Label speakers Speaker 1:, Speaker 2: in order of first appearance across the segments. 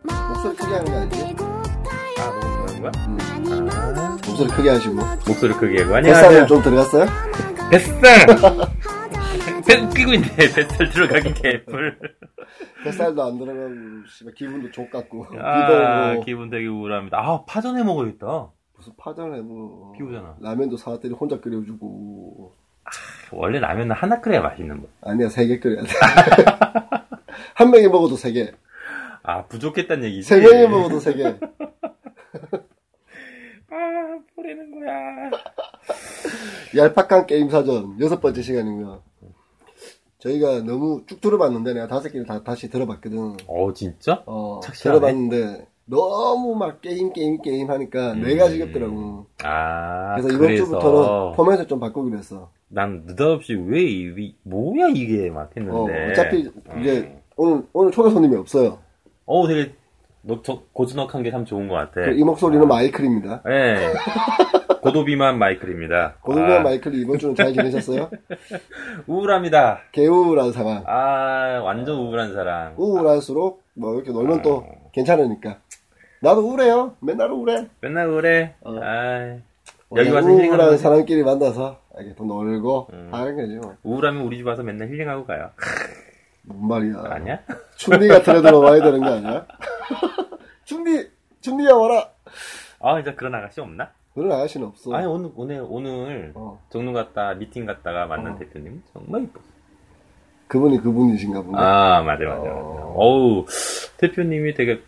Speaker 1: 하는 거 아니죠?
Speaker 2: 아, 너무 그런 거야?
Speaker 1: 아, 목소리 크게 하시고.
Speaker 2: 목소리 크게 하고. 안녕하세요.
Speaker 1: 뱃살은 좀 들어갔어요?
Speaker 2: 뱃살! 뱃 끼고 있네. 뱃살 들어가기 개뿔.
Speaker 1: 뱃살도 안 들어가고, 씨발, 기분도 족같고. 비도
Speaker 2: 아,
Speaker 1: 오고.
Speaker 2: 기분 되게 우울합니다. 아, 파전해 먹어야겠다.
Speaker 1: 무슨 파전을 해뭐
Speaker 2: 비오잖아.
Speaker 1: 라면도 사왔더니 혼자 끓여주고.
Speaker 2: 원래 라면은 하나 끓여야 맛있는 뭐. 거.
Speaker 1: 아니야, 세 개 끓여야 돼. 한 명이 먹어도 세 개.
Speaker 2: 아, 부족했단 얘기지.
Speaker 1: 세 명이 먹어도 세 개.
Speaker 2: 아, 버리는 거야.
Speaker 1: 얄팍한 게임 사전 여섯 번째 시간이고요. 저희가 너무 쭉 들어봤는데 내가 다섯 개를 다 다시 들어봤거든.
Speaker 2: 어, 진짜?
Speaker 1: 어,
Speaker 2: 착실하네.
Speaker 1: 들어봤는데 너무 막 게임 게임 게임 하니까
Speaker 2: 음.
Speaker 1: 내가 지겹더라고.
Speaker 2: 아,
Speaker 1: 그래서 이번
Speaker 2: 그래서
Speaker 1: 주부터는 포맷을 좀 바꾸기로 했어.
Speaker 2: 난 느닷없이 왜, 이, 이- 뭐야 이게 막 했는데.
Speaker 1: 어, 어차피 이제
Speaker 2: 네. 음.
Speaker 1: 오늘 오늘 초대 손님이 없어요.
Speaker 2: 어우, 되게, 너, 저, 고즈넉한 게 참 좋은 것 네. 같아.
Speaker 1: 이 목소리는 마이클입니다.
Speaker 2: 예. 고도비만 마이클입니다.
Speaker 1: 고등부
Speaker 2: 아,
Speaker 1: 마이클이 이번 주는 잘 지내셨어요?
Speaker 2: 우울합니다.
Speaker 1: 개우울한 상황.
Speaker 2: 아, 완전 우울한 사람.
Speaker 1: 우울할수록 뭐 이렇게
Speaker 2: 아.
Speaker 1: 놀면 또 괜찮으니까. 나도 우울해요. 맨날 우울해.
Speaker 2: 맨날 우울해.
Speaker 1: 어.
Speaker 2: 아, 여기 와서 힐링하는
Speaker 1: 우울한
Speaker 2: 거지. 음.
Speaker 1: 사람끼리 만나서 이렇게 또 놀고 하는 거지 뭐.
Speaker 2: 우울하면 우리 집 와서 맨날 힐링하고 가요.
Speaker 1: 뭔 말이야.
Speaker 2: 아니야?
Speaker 1: 춘리 같은 애들 와야 되는 거 아니야? 춘리, 춘리야 와라.
Speaker 2: 아, 진짜 그런 아가씨 없나?
Speaker 1: 그런 아저씨는 없어.
Speaker 2: 아니, 오늘, 오늘, 오늘,
Speaker 1: 어.
Speaker 2: 정문 갔다, 미팅 갔다가 만난
Speaker 1: 어.
Speaker 2: 대표님 정말 이뻐.
Speaker 1: 그분이 그분이신가 보네.
Speaker 2: 아, 맞아, 맞아, 맞아.
Speaker 1: 어.
Speaker 2: 어우, 대표님이 되게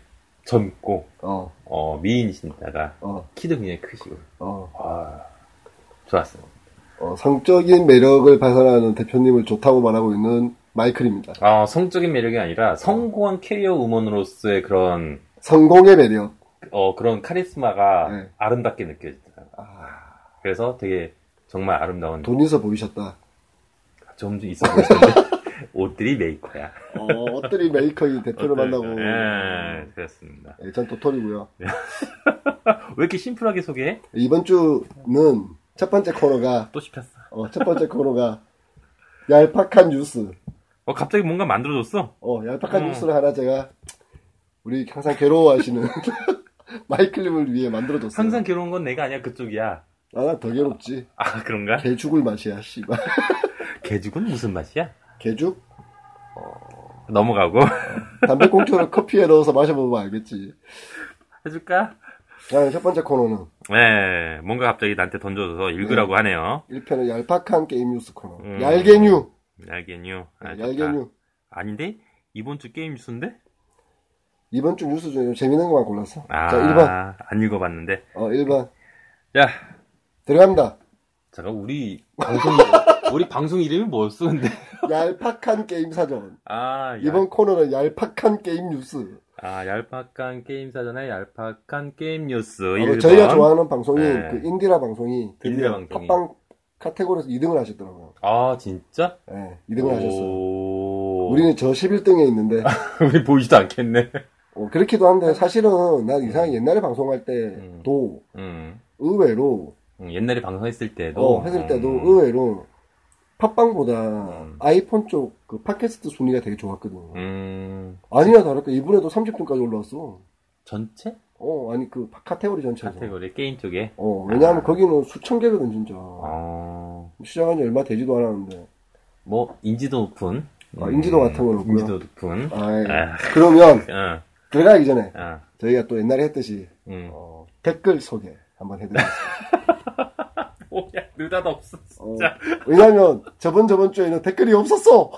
Speaker 2: 젊고,
Speaker 1: 어,
Speaker 2: 어, 미인이신다가,
Speaker 1: 어,
Speaker 2: 키도 굉장히 크시고,
Speaker 1: 어,
Speaker 2: 아, 좋았어.
Speaker 1: 어. 성적인 매력을 발산하는 대표님을 좋다고 말하고 있는 마이클입니다.
Speaker 2: 아, 성적인 매력이 아니라, 성공한 캐리어 우먼으로서의 그런,
Speaker 1: 성공의 매력.
Speaker 2: 어, 그런 카리스마가
Speaker 1: 네.
Speaker 2: 아름답게 느껴지더라고요. 그래서 되게, 정말 아름다운,
Speaker 1: 돈 있어 보이셨다.
Speaker 2: 점점 있어 보이는데, 옷들이 메이커야.
Speaker 1: 어, 엎드리 메이커의 대표를 만나고.
Speaker 2: 예, 그렇습니다.
Speaker 1: 예, 전 도토리고요.
Speaker 2: 왜 이렇게 심플하게 소개해?
Speaker 1: 이번 주는 첫 번째 코너가
Speaker 2: 또 씹혔어.
Speaker 1: 어, 첫 번째 코너가 얄팍한 뉴스.
Speaker 2: 어, 갑자기 뭔가 만들어줬어?
Speaker 1: 어, 얄팍한
Speaker 2: 음.
Speaker 1: 뉴스를 하나 제가 우리 항상 괴로워하시는 마이클님을 위해 만들어줬어요.
Speaker 2: 항상 괴로운 건 내가 아니야, 그쪽이야.
Speaker 1: 나더 괴롭지.
Speaker 2: 아, 그런가?
Speaker 1: 개 죽을 맛이야, 씨발.
Speaker 2: 개죽은 무슨 맛이야?
Speaker 1: 개죽?
Speaker 2: 넘어가고.
Speaker 1: 담배꽁초를 커피에 넣어서 마셔보면 알겠지.
Speaker 2: 해줄까?
Speaker 1: 자, 첫 번째 코너는
Speaker 2: 네, 뭔가 갑자기 나한테 던져줘서 읽으라고 하네요.
Speaker 1: 1편의 얄팍한 게임 뉴스 코너.
Speaker 2: 음.
Speaker 1: 얄개뉴!
Speaker 2: 얄개뉴. 아, 좋다.
Speaker 1: 얄개뉴.
Speaker 2: 아닌데? 이번 주 게임 뉴스인데?
Speaker 1: 이번 주 뉴스 중에 재밌는 것만 골랐어.
Speaker 2: 아,
Speaker 1: 자, 1번.
Speaker 2: 안 읽어봤는데.
Speaker 1: 어, 1번.
Speaker 2: 야,
Speaker 1: 들어갑니다.
Speaker 2: 잠깐, 우리 방송, 우리 방송 이름이 뭐였어, 근데?
Speaker 1: 얄팍한 게임 사전.
Speaker 2: 아,
Speaker 1: 이번 코너는 얄팍한 게임 뉴스.
Speaker 2: 아, 얄팍한 게임 사전에 얄팍한 게임 뉴스.
Speaker 1: 아마
Speaker 2: 1번.
Speaker 1: 어, 저희가 좋아하는 방송이
Speaker 2: 네.
Speaker 1: 그 인디라 방송이
Speaker 2: 인디라
Speaker 1: 드디어
Speaker 2: 방송이.
Speaker 1: 팟빵 카테고리에서 2등을 하셨더라고요.
Speaker 2: 아, 진짜?
Speaker 1: 예, 2등을 하셨어요.
Speaker 2: 오.
Speaker 1: 우리는 저 11등에 있는데
Speaker 2: 우리 보이지도 않겠네.
Speaker 1: 어, 그렇기도 한데 사실은 난 이상하게 옛날에 방송할 때도
Speaker 2: 음.
Speaker 1: 의외로
Speaker 2: 음, 옛날에 방송했을 때도.
Speaker 1: 어, 했을 때도
Speaker 2: 음.
Speaker 1: 의외로 팟빵보다
Speaker 2: 음.
Speaker 1: 아이폰 쪽 그 팟캐스트 순위가 되게 좋았거든.
Speaker 2: 음.
Speaker 1: 아니나 다를까 이번에도 30등까지 올라왔어.
Speaker 2: 전체?
Speaker 1: 어 아니 그 팟- 카테고리 전체에서.
Speaker 2: 카테고리, 게임 쪽에.
Speaker 1: 어 왜냐하면
Speaker 2: 아.
Speaker 1: 거기는 수천 개거든 진짜.
Speaker 2: 어,
Speaker 1: 시작한 지 얼마 되지도 않았는데.
Speaker 2: 뭐, 인지도 높은. 음,
Speaker 1: 아, 인지도 같은 건 없고요.
Speaker 2: 인지도 높은.
Speaker 1: 아이,
Speaker 2: 아.
Speaker 1: 그러면
Speaker 2: 어,
Speaker 1: 들어가기 전에
Speaker 2: 어,
Speaker 1: 저희가 또 옛날에 했듯이
Speaker 2: 음.
Speaker 1: 어, 댓글 소개 한번 해드리겠습니다.
Speaker 2: 뭐야, 느닷없어.
Speaker 1: 어,
Speaker 2: 진짜.
Speaker 1: 왜냐면 저번 저번 주에는 댓글이 없었어.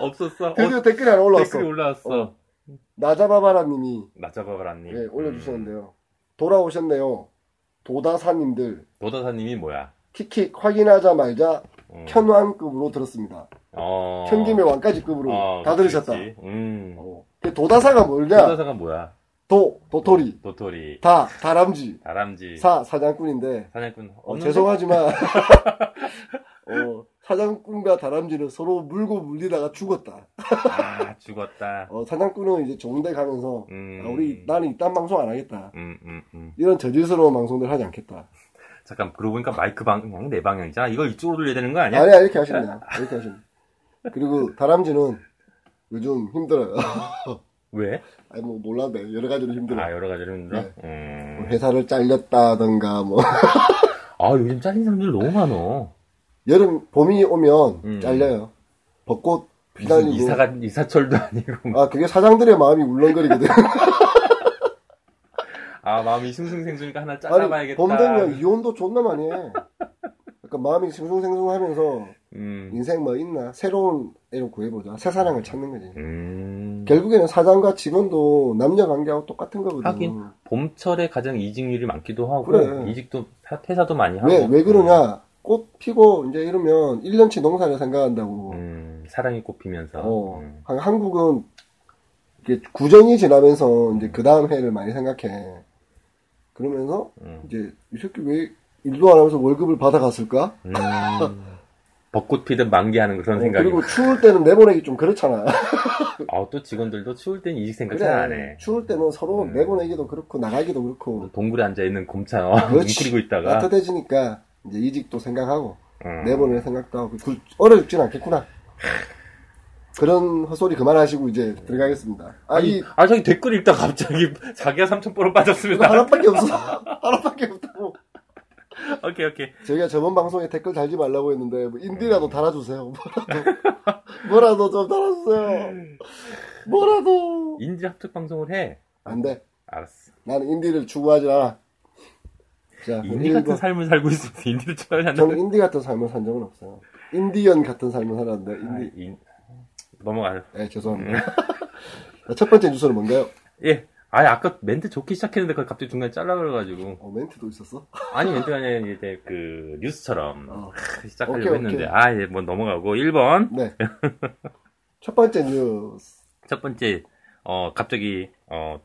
Speaker 2: 없었어. 어,
Speaker 1: 드디어 댓글이 하나 올라왔어.
Speaker 2: 댓글이 올라왔어.
Speaker 1: 어. 나자바바라님이
Speaker 2: 나잡아봐라님.
Speaker 1: 예,
Speaker 2: 음.
Speaker 1: 올려주셨는데요. 돌아오셨네요. 도다사님들
Speaker 2: 도다사님이 음. 뭐야?
Speaker 1: 킥킥 확인하자 말자
Speaker 2: 음.
Speaker 1: 현왕급으로 들었습니다.
Speaker 2: 어.
Speaker 1: 현김의 왕까지급으로
Speaker 2: 어,
Speaker 1: 다
Speaker 2: 그치,
Speaker 1: 들으셨다.
Speaker 2: 그치. 음.
Speaker 1: 어. 그 도다사가 뭐냐?
Speaker 2: 도다사가 뭐야?
Speaker 1: 도 도토리
Speaker 2: 도토리.
Speaker 1: 다 다람쥐
Speaker 2: 다람쥐.
Speaker 1: 사 사냥꾼인데
Speaker 2: 사냥꾼.
Speaker 1: 어,
Speaker 2: 예. 없는데?
Speaker 1: 죄송하지만 어, 사냥꾼과 다람쥐는 서로 물고 물리다가 죽었다.
Speaker 2: 아, 죽었다.
Speaker 1: 어, 사냥꾼은 이제 좋은 데 가면서
Speaker 2: 음.
Speaker 1: 아, 우리 나는 이딴 방송 안 하겠다.
Speaker 2: 음, 음, 음.
Speaker 1: 이런 저질스러운 방송들 하지 않겠다.
Speaker 2: 잠깐, 그러고 보니까 마이크 방향이 내 방향이잖아. 이걸 이쪽으로 돌려야 되는 거 아니야?
Speaker 1: 아니야 예. 이렇게 하시면 돼요. 이렇게 하시면 돼요. 그리고 다람쥐는 요즘 힘들어요.
Speaker 2: 왜?
Speaker 1: 아니 뭐 몰라도 돼. 여러 가지로 힘들어.
Speaker 2: 아, 여러 가지로 힘들어?
Speaker 1: 뭐
Speaker 2: 음.
Speaker 1: 회사를 잘렸다던가 뭐
Speaker 2: 아, 요즘 잘린 사람들 너무 많어.
Speaker 1: 여름 봄이 오면
Speaker 2: 음.
Speaker 1: 잘려요. 벚꽃
Speaker 2: 무슨
Speaker 1: 비달리고
Speaker 2: 이사가, 이사철도 아니고.
Speaker 1: 아 그게 사장들의 마음이 울렁거리거든.
Speaker 2: 아, 마음이 싱숭생숭이니까 하나
Speaker 1: 아니
Speaker 2: 잘라봐야겠다.
Speaker 1: 봄 되면 이혼도 존나 많이 해. 약간 마음이 싱숭생숭하면서
Speaker 2: 음.
Speaker 1: 인생 뭐 있나 새로운 애를 구해보자. 새 사랑을 찾는 거지.
Speaker 2: 음.
Speaker 1: 결국에는 사장과 직원도 남녀 관계하고 똑같은 거거든.
Speaker 2: 하긴. 봄철에 가장 이직률이 많기도 하고
Speaker 1: 그래.
Speaker 2: 이직도 퇴사도 많이 하고
Speaker 1: 왜, 왜 그러냐? 꽃 피고 이제 이러면 1년치 농사를 생각한다고.
Speaker 2: 음, 사랑이 꽃피면서
Speaker 1: 어.
Speaker 2: 음.
Speaker 1: 한- 한국은 이게 구정이 지나면서 이제 그 다음 해를 많이 생각해. 그러면서
Speaker 2: 음.
Speaker 1: 이제 이 새끼 왜 일도 안 하면서 월급을 받아갔을까?
Speaker 2: 음. 벚꽃 피든 만개하는 그런
Speaker 1: 어,
Speaker 2: 생각이
Speaker 1: 그리고 추울 때는 내보내기 좀 그렇잖아.
Speaker 2: 아, 또 직원들도 추울 땐 이직 생각 잘 안
Speaker 1: 그래.
Speaker 2: 해.
Speaker 1: 추울 때는 서로
Speaker 2: 음.
Speaker 1: 내보내기도 그렇고 나가기도 그렇고
Speaker 2: 동굴에 앉아있는 곰처럼 웅크리고 있다가
Speaker 1: 따뜻해지니까 이제 이직도 생각하고
Speaker 2: 음.
Speaker 1: 내보낼 생각도 하고 그- 어려죽진 않겠구나. 그런 헛소리 그만하시고 이제 들어가겠습니다.
Speaker 2: 아니,
Speaker 1: 아니
Speaker 2: 아, 저기 댓글 읽다 갑자기 자기가 삼천포로
Speaker 1: 이거
Speaker 2: 빠졌습니다.
Speaker 1: 하나밖에 없어. 하나밖에 없다고.
Speaker 2: 오케이, 오케이.
Speaker 1: 저희가 저번 방송에 댓글 달지 말라고 했는데 뭐 인디라도 달아주세요. 뭐라도 뭐라도 좀 달아주세요. 뭐라도
Speaker 2: 인지 합숙 방송을 해.
Speaker 1: 안 돼.
Speaker 2: 알았어.
Speaker 1: 나는 인디를 추구하지 않아. 자, 뭐,
Speaker 2: 인디 같은 삶을 살고 있으면서 인디를 추가하지 않는다.
Speaker 1: 저는 인디 같은 삶을 산 적은 없어요. 인디언 같은 삶을 살았는데 인디.
Speaker 2: 아, 넘어가요.
Speaker 1: 예, 죄송합니다. 자, 첫 번째 뉴스는 뭔가요?
Speaker 2: 예. 아, 아까 멘트 좋기 시작했는데 그걸 갑자기 중간에 잘라버려가지고.
Speaker 1: 어, 멘트도 있었어?
Speaker 2: 아니, 멘트가 아니라 이제 그 뉴스처럼
Speaker 1: 어.
Speaker 2: 크, 시작하려고
Speaker 1: 오케이,
Speaker 2: 했는데.
Speaker 1: 오케이.
Speaker 2: 아, 예, 뭐 넘어가고. 1번.
Speaker 1: 네. 첫 번째 뉴스.
Speaker 2: 첫 번째, 어, 갑자기, 어,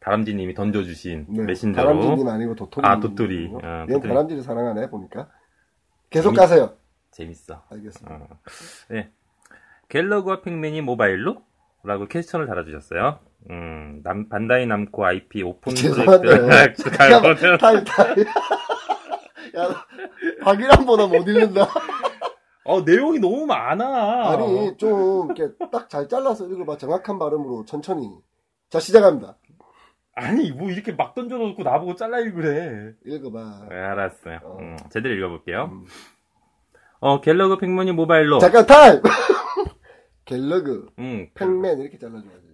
Speaker 2: 다람쥐님이 던져주신
Speaker 1: 네.
Speaker 2: 메신저로.
Speaker 1: 다람쥐님 아니고 도토리. 어,
Speaker 2: 아, 도토리. 아,
Speaker 1: 얘는
Speaker 2: 도토리.
Speaker 1: 다람쥐를 사랑하네, 보니까. 계속
Speaker 2: 재밌-
Speaker 1: 가세요.
Speaker 2: 재밌어.
Speaker 1: 알겠습니다.
Speaker 2: 어. 네. 갤러그와 팩맨이 모바일로? 라고 퀘스천을 달아주셨어요. 음, 남, 반다이 남코 IP 오픈
Speaker 1: 어, 죄송한데요.
Speaker 2: 프로젝트 가로는
Speaker 1: 타임, 타임. 야, 박일환보다 못 읽는다.
Speaker 2: 어, 내용이 너무 많아.
Speaker 1: 아니, 좀, 이렇게 딱 잘 잘라서 읽어봐. 정확한 발음으로 천천히. 자, 시작합니다.
Speaker 2: 아니, 뭐 이렇게 막 던져놓고 나보고 잘라 읽으래.
Speaker 1: 읽어봐.
Speaker 2: 네, 알았어요.
Speaker 1: 어.
Speaker 2: 음, 제대로 읽어볼게요.
Speaker 1: 음.
Speaker 2: 어, 갤러그 팩맨이 모바일로.
Speaker 1: 잠깐, 타임! 갤러그,
Speaker 2: 음,
Speaker 1: 팩맨, 이렇게 잘라줘야지.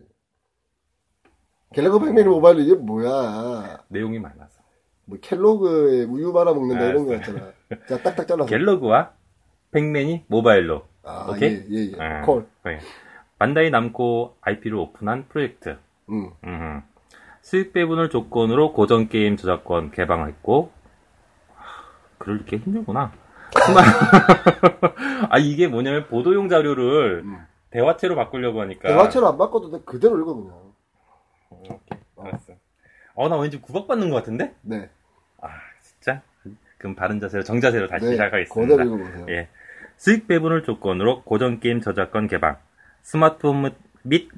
Speaker 1: 갤러그 팩맨이 모바일, 이게 뭐야.
Speaker 2: 내용이 많아서.
Speaker 1: 뭐 켈로그의 우유 말아 먹는다 이런 거
Speaker 2: 알았어요.
Speaker 1: 같잖아. 자, 딱딱 잘라서.
Speaker 2: 갤러그와 팩맨이 모바일로.
Speaker 1: 아,
Speaker 2: 오케이?
Speaker 1: 예, 예, 예.
Speaker 2: 아.
Speaker 1: 콜.
Speaker 2: 네. 반다이 남코 IP를 오픈한 프로젝트.
Speaker 1: 음.
Speaker 2: 음. 수익 배분을 조건으로 고전 게임 저작권 개방했고 하, 그럴 게 힘들구나. 스마- 아 이게 뭐냐면 보도용 자료를
Speaker 1: 음.
Speaker 2: 대화체로 바꾸려고 하니까.
Speaker 1: 대화체로 안 바꿔도 돼. 그대로 읽어, 그냥.
Speaker 2: 알았어. 어나 왠지 구박받는 것 같은데?
Speaker 1: 네.
Speaker 2: 아 진짜? 그럼 바른 자세로 정자세로 다시
Speaker 1: 네.
Speaker 2: 시작하겠습니다.
Speaker 1: 그대로 읽어보세요.
Speaker 2: 예. 수익 배분을 조건으로 고전 게임 저작권 개방, 스마트폰 및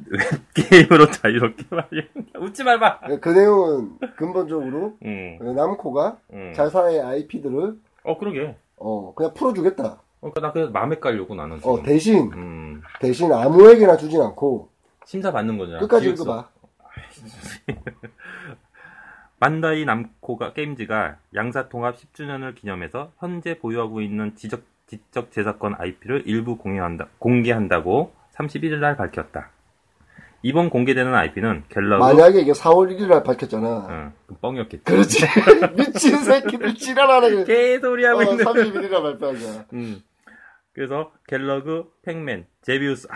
Speaker 2: 웹게임으로 자유롭게 활용. 웃지 말마.
Speaker 1: 그 내용은 근본적으로
Speaker 2: 음.
Speaker 1: 남코가
Speaker 2: 음.
Speaker 1: 자사의 IP들을
Speaker 2: 어 그러게.
Speaker 1: 어, 그냥 풀어주겠다.
Speaker 2: 그러니까 나 그냥 마음에 깔려고 나는. 지금.
Speaker 1: 어, 대신,
Speaker 2: 음.
Speaker 1: 대신 아무에게나 주진 않고
Speaker 2: 심사 받는 거잖아.
Speaker 1: 끝까지
Speaker 2: 기획서.
Speaker 1: 읽어봐.
Speaker 2: 반다이 남코가 게임즈가 양사 통합 10주년을 기념해서 현재 보유하고 있는 지적 지적 재산권 IP를 일부 공유한다 공개한다고 31일 날 밝혔다. 이번 공개되는 IP는 갤러그
Speaker 1: 만약에 이게 4월 1일 날 밝혔잖아.
Speaker 2: 응, 그럼 뻥이었겠지.
Speaker 1: 그렇지. 미친 새끼들 지랄하네.
Speaker 2: 개소리
Speaker 1: 어,
Speaker 2: 하고 있는.
Speaker 1: 31일 날 발표한 거야.
Speaker 2: 음. 그래서 갤러그, 팩맨, 제비우스. 아,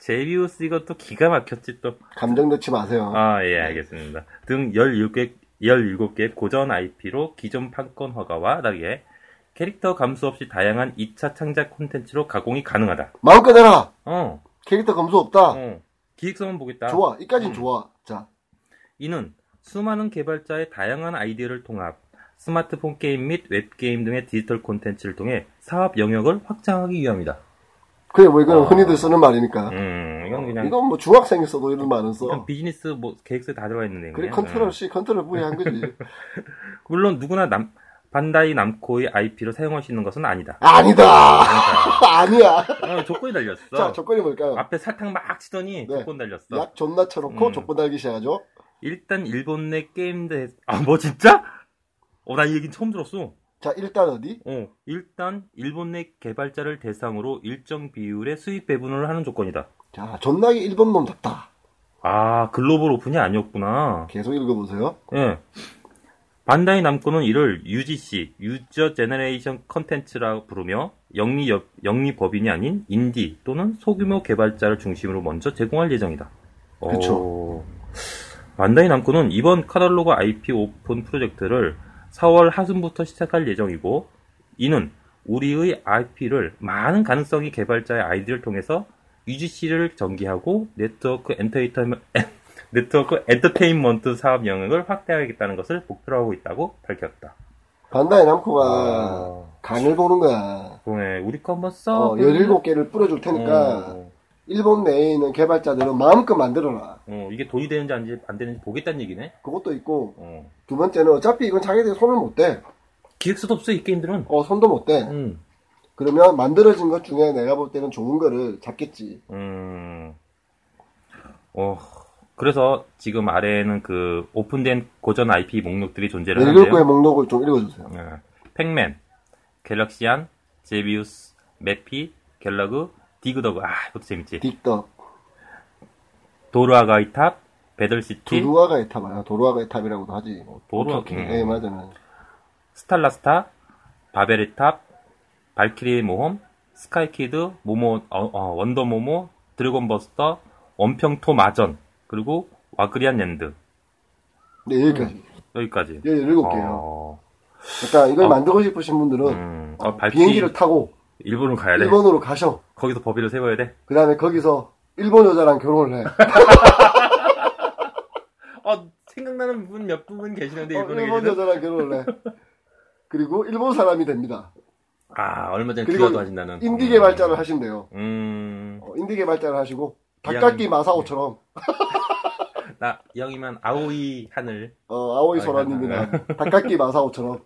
Speaker 2: 제비우스 이것도 기가 막혔지 또.
Speaker 1: 감정 넣지 마세요.
Speaker 2: 아, 예, 알겠습니다. 등 17개, 17개 고전 IP로 기존 판권 허가와 다르게 캐릭터 감수 없이 다양한 2차 창작 콘텐츠로 가공이 가능하다.
Speaker 1: 마음껏 해라.
Speaker 2: 어,
Speaker 1: 캐릭터 감수 없다.
Speaker 2: 어. 기획성은 보겠다.
Speaker 1: 아. 좋아. 이까진
Speaker 2: 음.
Speaker 1: 좋아. 자,
Speaker 2: 이는 수많은 개발자의 다양한 아이디어를 통합, 스마트폰 게임 및 웹게임 등의 디지털 콘텐츠를 통해 사업 영역을 확장하기 위함이다.
Speaker 1: 그래 뭐 이건
Speaker 2: 어.
Speaker 1: 흔히들 쓰는 말이니까.
Speaker 2: 음, 이건 그냥
Speaker 1: 아. 이건 뭐 중학생이 써도 이런 말은
Speaker 2: 그냥
Speaker 1: 써.
Speaker 2: 비즈니스 뭐 계획서에 다 들어가 있는 내용이에요.
Speaker 1: 그래 컨트롤 C, 컨트롤 V 한 거지.
Speaker 2: 물론 누구나 남 반다이 남코의 IP를 사용할 수 있는 것은 아니다.
Speaker 1: 아니다.
Speaker 2: 그러니까,
Speaker 1: 아니야.
Speaker 2: 어, 조건이 달렸어.
Speaker 1: 자, 조건이 뭘까요?
Speaker 2: 앞에 설탕 막
Speaker 1: 네.
Speaker 2: 치더니 조건 달렸어.
Speaker 1: 약 존나 쳐놓고
Speaker 2: 아, 음.
Speaker 1: 조건 달기 시작하죠.
Speaker 2: 일단 일본 내 게임 대 아, 뭐 진짜? 어, 나 이 얘기는 처음 들었어.
Speaker 1: 자, 일단 어디?
Speaker 2: 어, 일단 일본 내 개발자를 대상으로 일정 비율의 수익 배분을 하는 조건이다.
Speaker 1: 자, 존나게 일본 놈답다.
Speaker 2: 아, 글로벌 오픈이 아니었구나.
Speaker 1: 계속 읽어보세요.
Speaker 2: 예. 반다이 남코는 이를 UGC, 유저 제너레이션 컨텐츠라 부르며 영리 여- 영리 법인이 아닌 인디 또는 소규모 개발자를 중심으로 먼저 제공할 예정이다.
Speaker 1: 그쵸.
Speaker 2: 어, 반다이 남코는 이번 카탈로그 IP 오픈 프로젝트를 4월 하순부터 시작할 예정이고 이는 우리의 IP를 많은 가능성이 개발자의 아이디를 통해서 UGC를 전개하고 네트워크 엔터테인먼 네트워크 엔터테인먼트 사업 영역을 확대하겠다는 것을 목표로 하고 있다고 밝혔다.
Speaker 1: 반다이
Speaker 2: 아.
Speaker 1: 남코가 간을 보는 거야.
Speaker 2: 그러네. 우리 거 한번 써.
Speaker 1: 어, 17개를 뿌려줄 테니까,
Speaker 2: 어,
Speaker 1: 일본 내에 있는 개발자들은 마음껏 만들어라.
Speaker 2: 어, 이게 돈이 되는지 안, 지- 안 되는지 보겠다는 얘기네.
Speaker 1: 그것도 있고,
Speaker 2: 어.
Speaker 1: 두 번째는 어차피 이건 자기들이 손을 못 대.
Speaker 2: 기획서도 없어 이 게임들은.
Speaker 1: 어, 손도 못 대.
Speaker 2: 음.
Speaker 1: 그러면 만들어진 것 중에 내가 볼 때는 좋은 거를 잡겠지.
Speaker 2: 음. 어. 그래서 지금 아래에는 그 오픈된 고전 IP 목록들이 존재를 하는데요.
Speaker 1: 일글구의 목록을 좀 읽어주세요.
Speaker 2: 예. 팩맨, 갤럭시안, 제비우스, 매피, 갤러그, 디그더그. 아, 이것도 재밌지.
Speaker 1: 딕덕,
Speaker 2: 도르아가이 탑, 배들시티,
Speaker 1: 도루아가의 탑 아니야? 도루아가의 탑이라고도 하지.
Speaker 2: 도루아-
Speaker 1: 오토킹.
Speaker 2: 음.
Speaker 1: 예, 맞아요.
Speaker 2: 스탈라스타, 바베리 탑, 발키리의 모험, 스카이키드, 모모, 어, 어, 원더모모, 드래곤버스터, 원평토 마전, 그리고 와그리안 랜드.
Speaker 1: 네, 여기까지.
Speaker 2: 여기까지.
Speaker 1: 예, 17개요.
Speaker 2: 음. 어,
Speaker 1: 그러니까 이걸
Speaker 2: 어.
Speaker 1: 만들고 싶으신 분들은
Speaker 2: 음, 네.
Speaker 1: 어,
Speaker 2: 어, 발키
Speaker 1: 비행기를 타고
Speaker 2: 일본으로 가야 돼.
Speaker 1: 일본으로 가셔.
Speaker 2: 거기서 법인을 세워야 돼.
Speaker 1: 그 다음에 거기서 일본 여자랑 결혼을 해.
Speaker 2: 어, 생각나는 분 몇 분 네, 계시는데,
Speaker 1: 어, 일본 여자랑 결혼을 해. 그리고 일본 사람이 됩니다.
Speaker 2: 아, 얼마 전에
Speaker 1: 그리고
Speaker 2: 귀화도 하신다는.
Speaker 1: 인디 개발자를 하시면 돼요.
Speaker 2: 음,
Speaker 1: 어, 인디 개발자를 하시고
Speaker 2: 이
Speaker 1: 닭갈기
Speaker 2: 양이-
Speaker 1: 마사오처럼
Speaker 2: 나, 영이만 아오이 하늘.
Speaker 1: 어, 아오이
Speaker 2: 아,
Speaker 1: 소라님이나 닭갈기 마사오처럼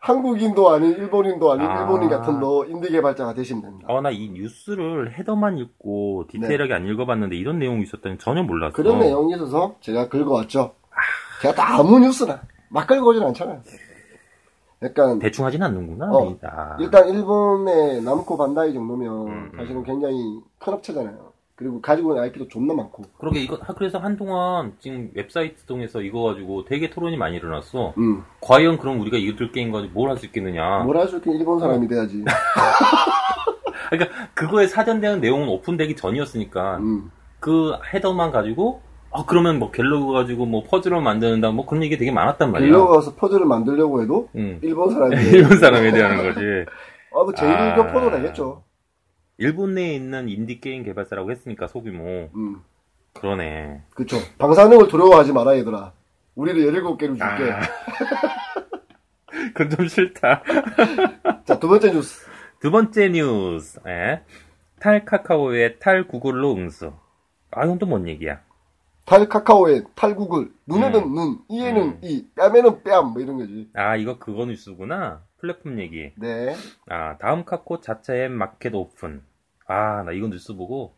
Speaker 1: 한국인도 아닌 일본인도 아닌
Speaker 2: 아.
Speaker 1: 일본인 같은 너 인디 개발자가 되시면 됩니다.
Speaker 2: 어, 나 이 뉴스를 헤더만 읽고 디테일하게 안 읽어봤는데 이런 내용이 있었다니 전혀 몰랐어.
Speaker 1: 네. 그런 내용이 있어서 제가 긁어왔죠. 제가 다 아무 뉴스나 막 긁어오진 않잖아요. 약간
Speaker 2: 대충 하진 않는구나.
Speaker 1: 어,
Speaker 2: 아,
Speaker 1: 일단 일본의 남코 반다이 정도면
Speaker 2: 음, 음.
Speaker 1: 사실은 굉장히 큰 업체잖아요. 그리고 가지고 있는 IP도 존나 많고.
Speaker 2: 그러게 이거 하- 그래서 한동안 지금 웹사이트 통해서 이거 가지고 되게 토론이 많이 일어났어.
Speaker 1: 음.
Speaker 2: 과연 그럼 우리가 이들 게임 가지고 뭘 할 수 있겠느냐.
Speaker 1: 뭐라 아. 할 수 있긴 일본 사람이 돼야지.
Speaker 2: 그거에 사전되는 내용은 오픈되기 전이었으니까
Speaker 1: 음.
Speaker 2: 그 헤더만 가지고 아 그러면 뭐 갤러그 가지고 뭐 퍼즐을 만드는다 뭐 그런 얘기 되게 많았단 말이야.
Speaker 1: 빌려 가서 퍼즐을 만들려고 해도
Speaker 2: 음.
Speaker 1: 일본 사람이 돼야지.
Speaker 2: 일본 사람에 대한 거지.
Speaker 1: 아, 그 제일
Speaker 2: 아.
Speaker 1: 교포도 되겠죠.
Speaker 2: 일본 내에 있는 인디 게임 개발사라고 했으니까 소규모
Speaker 1: 음.
Speaker 2: 그러네.
Speaker 1: 그쵸. 방사능을 두려워하지 마라, 얘들아. 우리를 17개를 줄게.
Speaker 2: 아. 그건 좀 싫다.
Speaker 1: 자, 두 번째 뉴스.
Speaker 2: 두 번째 뉴스. 예. 탈 카카오의 탈 구글로 응수. 아, 이건 또 뭔 얘기야?
Speaker 1: 탈 카카오의 탈구글. 눈에는
Speaker 2: 음.
Speaker 1: 눈, 이에는
Speaker 2: 음.
Speaker 1: 이, 뺨에는 뺨, 뭐 이런 거지.
Speaker 2: 아, 이거 그거 뉴스구나. 플랫폼 얘기.
Speaker 1: 네.
Speaker 2: 아, 다음 카코 자체의 마켓 오픈. 아, 나 이건 뉴스 보고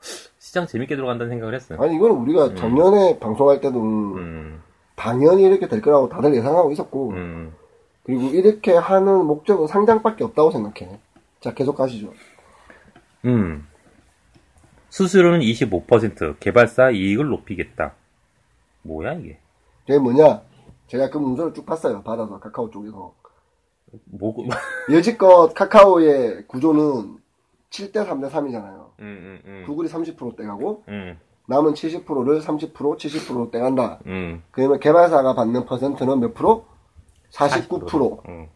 Speaker 2: 시장 재밌게 들어간다는 생각을 했어.
Speaker 1: 아니, 이건 우리가
Speaker 2: 음.
Speaker 1: 작년에 방송할 때도
Speaker 2: 음,
Speaker 1: 당연히 이렇게 될 거라고 다들 예상하고 있었고,
Speaker 2: 음.
Speaker 1: 그리고 이렇게 하는 목적은 상장밖에 없다고 생각해. 자, 계속 가시죠.
Speaker 2: 음. 수수료는 25%, 개발사 이익을 높이겠다. 뭐야, 이게?
Speaker 1: 그게 뭐냐? 제가 그 문서를 쭉 봤어요. 받아서, 카카오 쪽에서.
Speaker 2: 뭐,
Speaker 1: 여지껏 카카오의 구조는 7대 3대 3이잖아요.
Speaker 2: 음, 음, 음.
Speaker 1: 구글이 30%대 가고,
Speaker 2: 음,
Speaker 1: 남은 70%를 30%, 70%로 떼간다.
Speaker 2: 음.
Speaker 1: 그러면 개발사가 받는 퍼센트는 몇 프로? 49%. 49%.
Speaker 2: 음.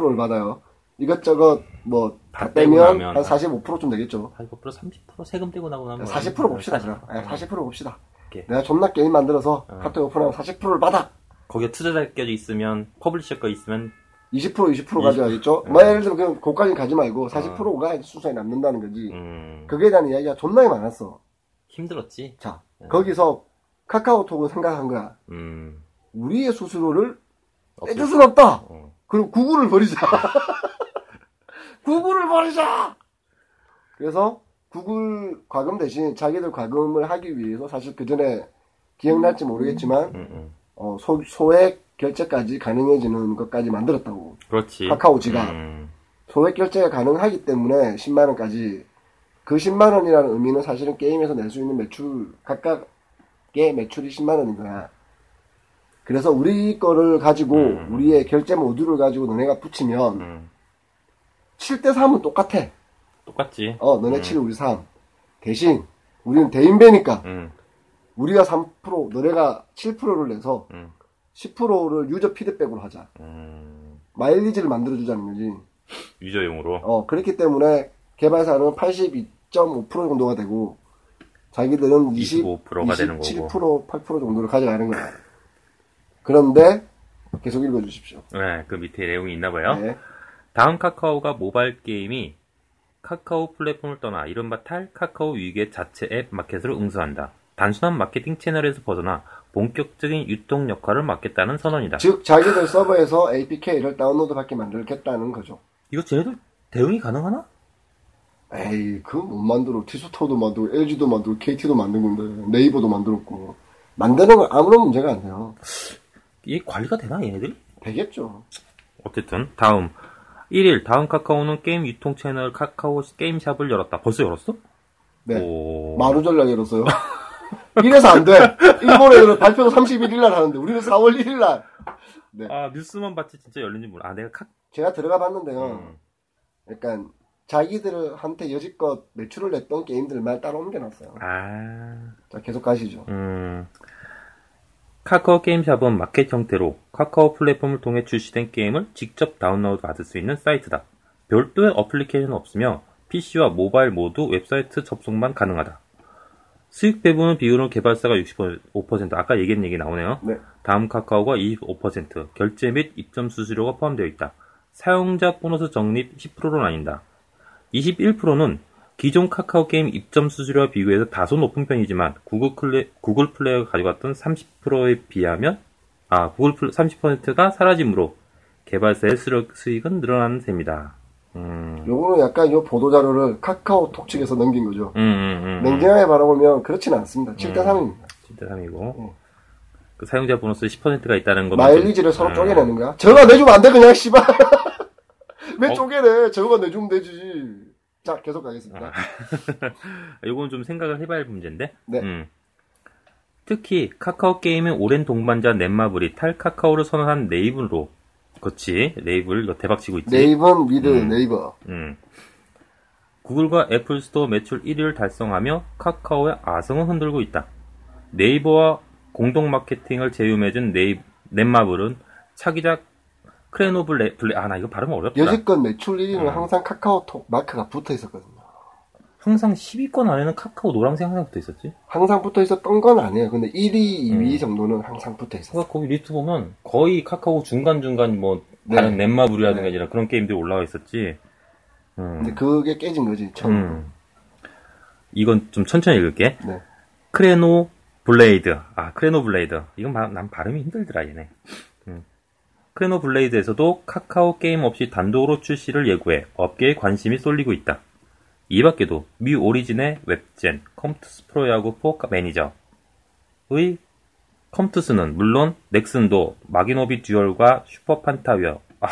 Speaker 1: 49%를 받아요. 이것저것 뭐
Speaker 2: 다
Speaker 1: 다
Speaker 2: 떼고
Speaker 1: 떼면
Speaker 2: 나면
Speaker 1: 한 45%쯤 되겠죠.
Speaker 2: 45% 30% 세금 떼고 나고 나면
Speaker 1: 40% 봅시다, 그럼. 예, 40% 봅시다.
Speaker 2: 음. 오케이.
Speaker 1: 내가 존나 게임 만들어서
Speaker 2: 어.
Speaker 1: 카톡 오픈하면 40%를 받아!
Speaker 2: 거기에 투자자 껴져 있으면 퍼블리셔 거 있으면
Speaker 1: 20% 20% 가져가겠죠?
Speaker 2: 예.
Speaker 1: 뭐 예를 들면 그냥 거기까지 가지 말고 40%가 수사에 남는다는 거지.
Speaker 2: 음,
Speaker 1: 거기에 대한 이야기가 존나게 많았어.
Speaker 2: 힘들었지.
Speaker 1: 자,
Speaker 2: 예.
Speaker 1: 거기서 카카오톡은 생각한 거야.
Speaker 2: 음,
Speaker 1: 우리의 수수료를
Speaker 2: 없을
Speaker 1: 떼줄 순 없다!
Speaker 2: 어.
Speaker 1: 그럼 구글을 버리자. 구글을 버리자! 그래서 구글 과금 대신 자기들 과금을 하기 위해서 사실 그 전에 기억날지 모르겠지만,
Speaker 2: 음, 음.
Speaker 1: 어, 소, 소액 결제까지 가능해지는 것까지 만들었다고.
Speaker 2: 그렇지.
Speaker 1: 카카오 지갑.
Speaker 2: 음,
Speaker 1: 소액 결제가 가능하기 때문에 10만원까지, 그 10만원이라는 의미는 사실은 게임에서 낼 수 있는 매출, 각각의 매출이 10만원인 거야. 그래서 우리 거를 가지고,
Speaker 2: 음.
Speaker 1: 우리의 결제 모듈을 가지고 너네가 붙이면,
Speaker 2: 음.
Speaker 1: 7대 3은 똑같아.
Speaker 2: 똑같지.
Speaker 1: 어, 너네 7, 우리 3. 대신, 우리는 대인배니까,
Speaker 2: 음,
Speaker 1: 우리가 3%, 너네가 7%를 내서,
Speaker 2: 음.
Speaker 1: 10%를 유저 피드백으로 하자.
Speaker 2: 음.
Speaker 1: 마일리지를 만들어주자는 거지.
Speaker 2: 유저용으로.
Speaker 1: 어, 그렇기 때문에, 개발사는 82.5% 정도가 되고, 자기들은 20,
Speaker 2: 25%가 되는 거고.
Speaker 1: 7%, 8% 정도를 가져가는 거야. 그런데, 계속 읽어주십시오.
Speaker 2: 네, 그 밑에 내용이 있나 봐요.
Speaker 1: 네.
Speaker 2: 다음 카카오가 모바일 게임이 카카오 플랫폼을 떠나 이른바 탈 카카오 위기의 자체 앱 마켓으로 응수한다. 단순한 마케팅 채널에서 벗어나 본격적인 유통 역할을 맡겠다는 선언이다.
Speaker 1: 즉, 자기들 서버에서 APK를 다운로드 받게 만들겠다는 거죠.
Speaker 2: 이거 쟤네들 대응이 가능하나?
Speaker 1: 에이, 그건 못 만들어. 티스토도 만들고, LG도 만들고, KT도 만든 건데, 네이버도 만들었고. 만드는 건 아무런 문제가 안 돼요.
Speaker 2: 이게 관리가 되나 얘네들이?
Speaker 1: 되겠죠.
Speaker 2: 어쨌든 다음 1일 다음 카카오는 게임 유통 채널 카카오 게임샵을 열었다. 벌써 열었어?
Speaker 1: 네.
Speaker 2: 오...
Speaker 1: 마루 전략이로서요. 이래서 안 돼. 일본에는 발표가 31일 날 하는데, 우리는 4월 1일 날.
Speaker 2: 아 뉴스만 봤지 진짜 열린지 몰라. 아 내가 카.
Speaker 1: 제가 들어가 봤는데요.
Speaker 2: 음.
Speaker 1: 약간, 자기들한테 여지껏 매출을 냈던 게임들만 따로 옮겨놨어요.
Speaker 2: 아.
Speaker 1: 자, 계속 가시죠.
Speaker 2: 음, 카카오 게임샵은 마켓 형태로 카카오 플랫폼을 통해 출시된 게임을 직접 다운로드 받을 수 있는 사이트다. 별도의 어플리케이션은 없으며 PC와 모바일 모두 웹사이트 접속만 가능하다. 수익 배분 비율은 개발사가 65%, 아까 얘기한 얘기 나오네요.
Speaker 1: 네.
Speaker 2: 다음 카카오가 25%, 결제 및 입점 수수료가 포함되어 있다. 사용자 보너스 적립 10%로 나뉜다. 21%는 기존 카카오 게임 입점 수수료와 비교해서 다소 높은 편이지만 구글, 플레, 구글 플레이어가 가져갔던 30%에 비하면 아 구글 플레 30%가 사라지므로 개발사의 수력- 수익은 늘어나는 셈이다. 음,
Speaker 1: 요거는 약간 요 보도자료를 카카오톡 측에서 넘긴 거죠.
Speaker 2: 음, 음, 음, 음.
Speaker 1: 냉정하게 바라보면 그렇진 않습니다. 7대3입니다.
Speaker 2: 7대 3이고
Speaker 1: 음.
Speaker 2: 그 사용자 보너스 10%가 있다는 거
Speaker 1: 마일리지를 서로
Speaker 2: 음.
Speaker 1: 쪼개내는 거야? 저거가 내주면 안 돼, 그냥, 씨발.
Speaker 2: 어?
Speaker 1: 왜 쪼개내? 저거가 내주면 되지. 자, 계속 가겠습니다.
Speaker 2: 아. 이건 좀 생각을 해봐야 할 문제인데.
Speaker 1: 네.
Speaker 2: 음. 특히 카카오 게임의 오랜 동반자 넷마블이 탈 카카오를 선언한 네이블로 그렇지 네이블 이거 대박치고 있지.
Speaker 1: 네이버, 미드,
Speaker 2: 음.
Speaker 1: 네이버.
Speaker 2: 음. 구글과 애플 스토어 매출 1위를 달성하며 카카오의 아성을 흔들고 있다. 네이버와 공동 마케팅을 제휴해준 네이 넷마블은 차기작 크레노블레 블레 아나 이거 발음 어렵다.
Speaker 1: 여지껏 매출 1위는
Speaker 2: 음.
Speaker 1: 항상 카카오톡 마크가 붙어 있었거든요.
Speaker 2: 항상 10위권 안에는 카카오 노랑색 항상 붙어 있었지.
Speaker 1: 항상 붙어 있었던 건 아니에요. 근데 1위, 2위
Speaker 2: 음.
Speaker 1: 정도는 항상 붙어 있었어요.
Speaker 2: 그러니까 거기 리스트 보면 거의 카카오 중간중간 뭐 다른 넷마블이라든가
Speaker 1: 네.
Speaker 2: 이런 그런 게임들이 올라와 있었지. 음.
Speaker 1: 근데 그게 깨진 거지, 처음.
Speaker 2: 음. 이건 좀 천천히 읽을게.
Speaker 1: 네.
Speaker 2: 크레노 블레이드. 아, 크레노 블레이드. 이건 바- 난 발음이 힘들더라, 얘네. 음. 크레노 블레이드에서도 카카오 게임 없이 단독으로 출시를 예고해 업계에 관심이 쏠리고 있다. 이 밖에도 미 오리진의 웹젠, 컴투스 프로야구 포카 매니저의 컴투스는 물론 넥슨도 마기노비 듀얼과 슈퍼판타웨어, 아,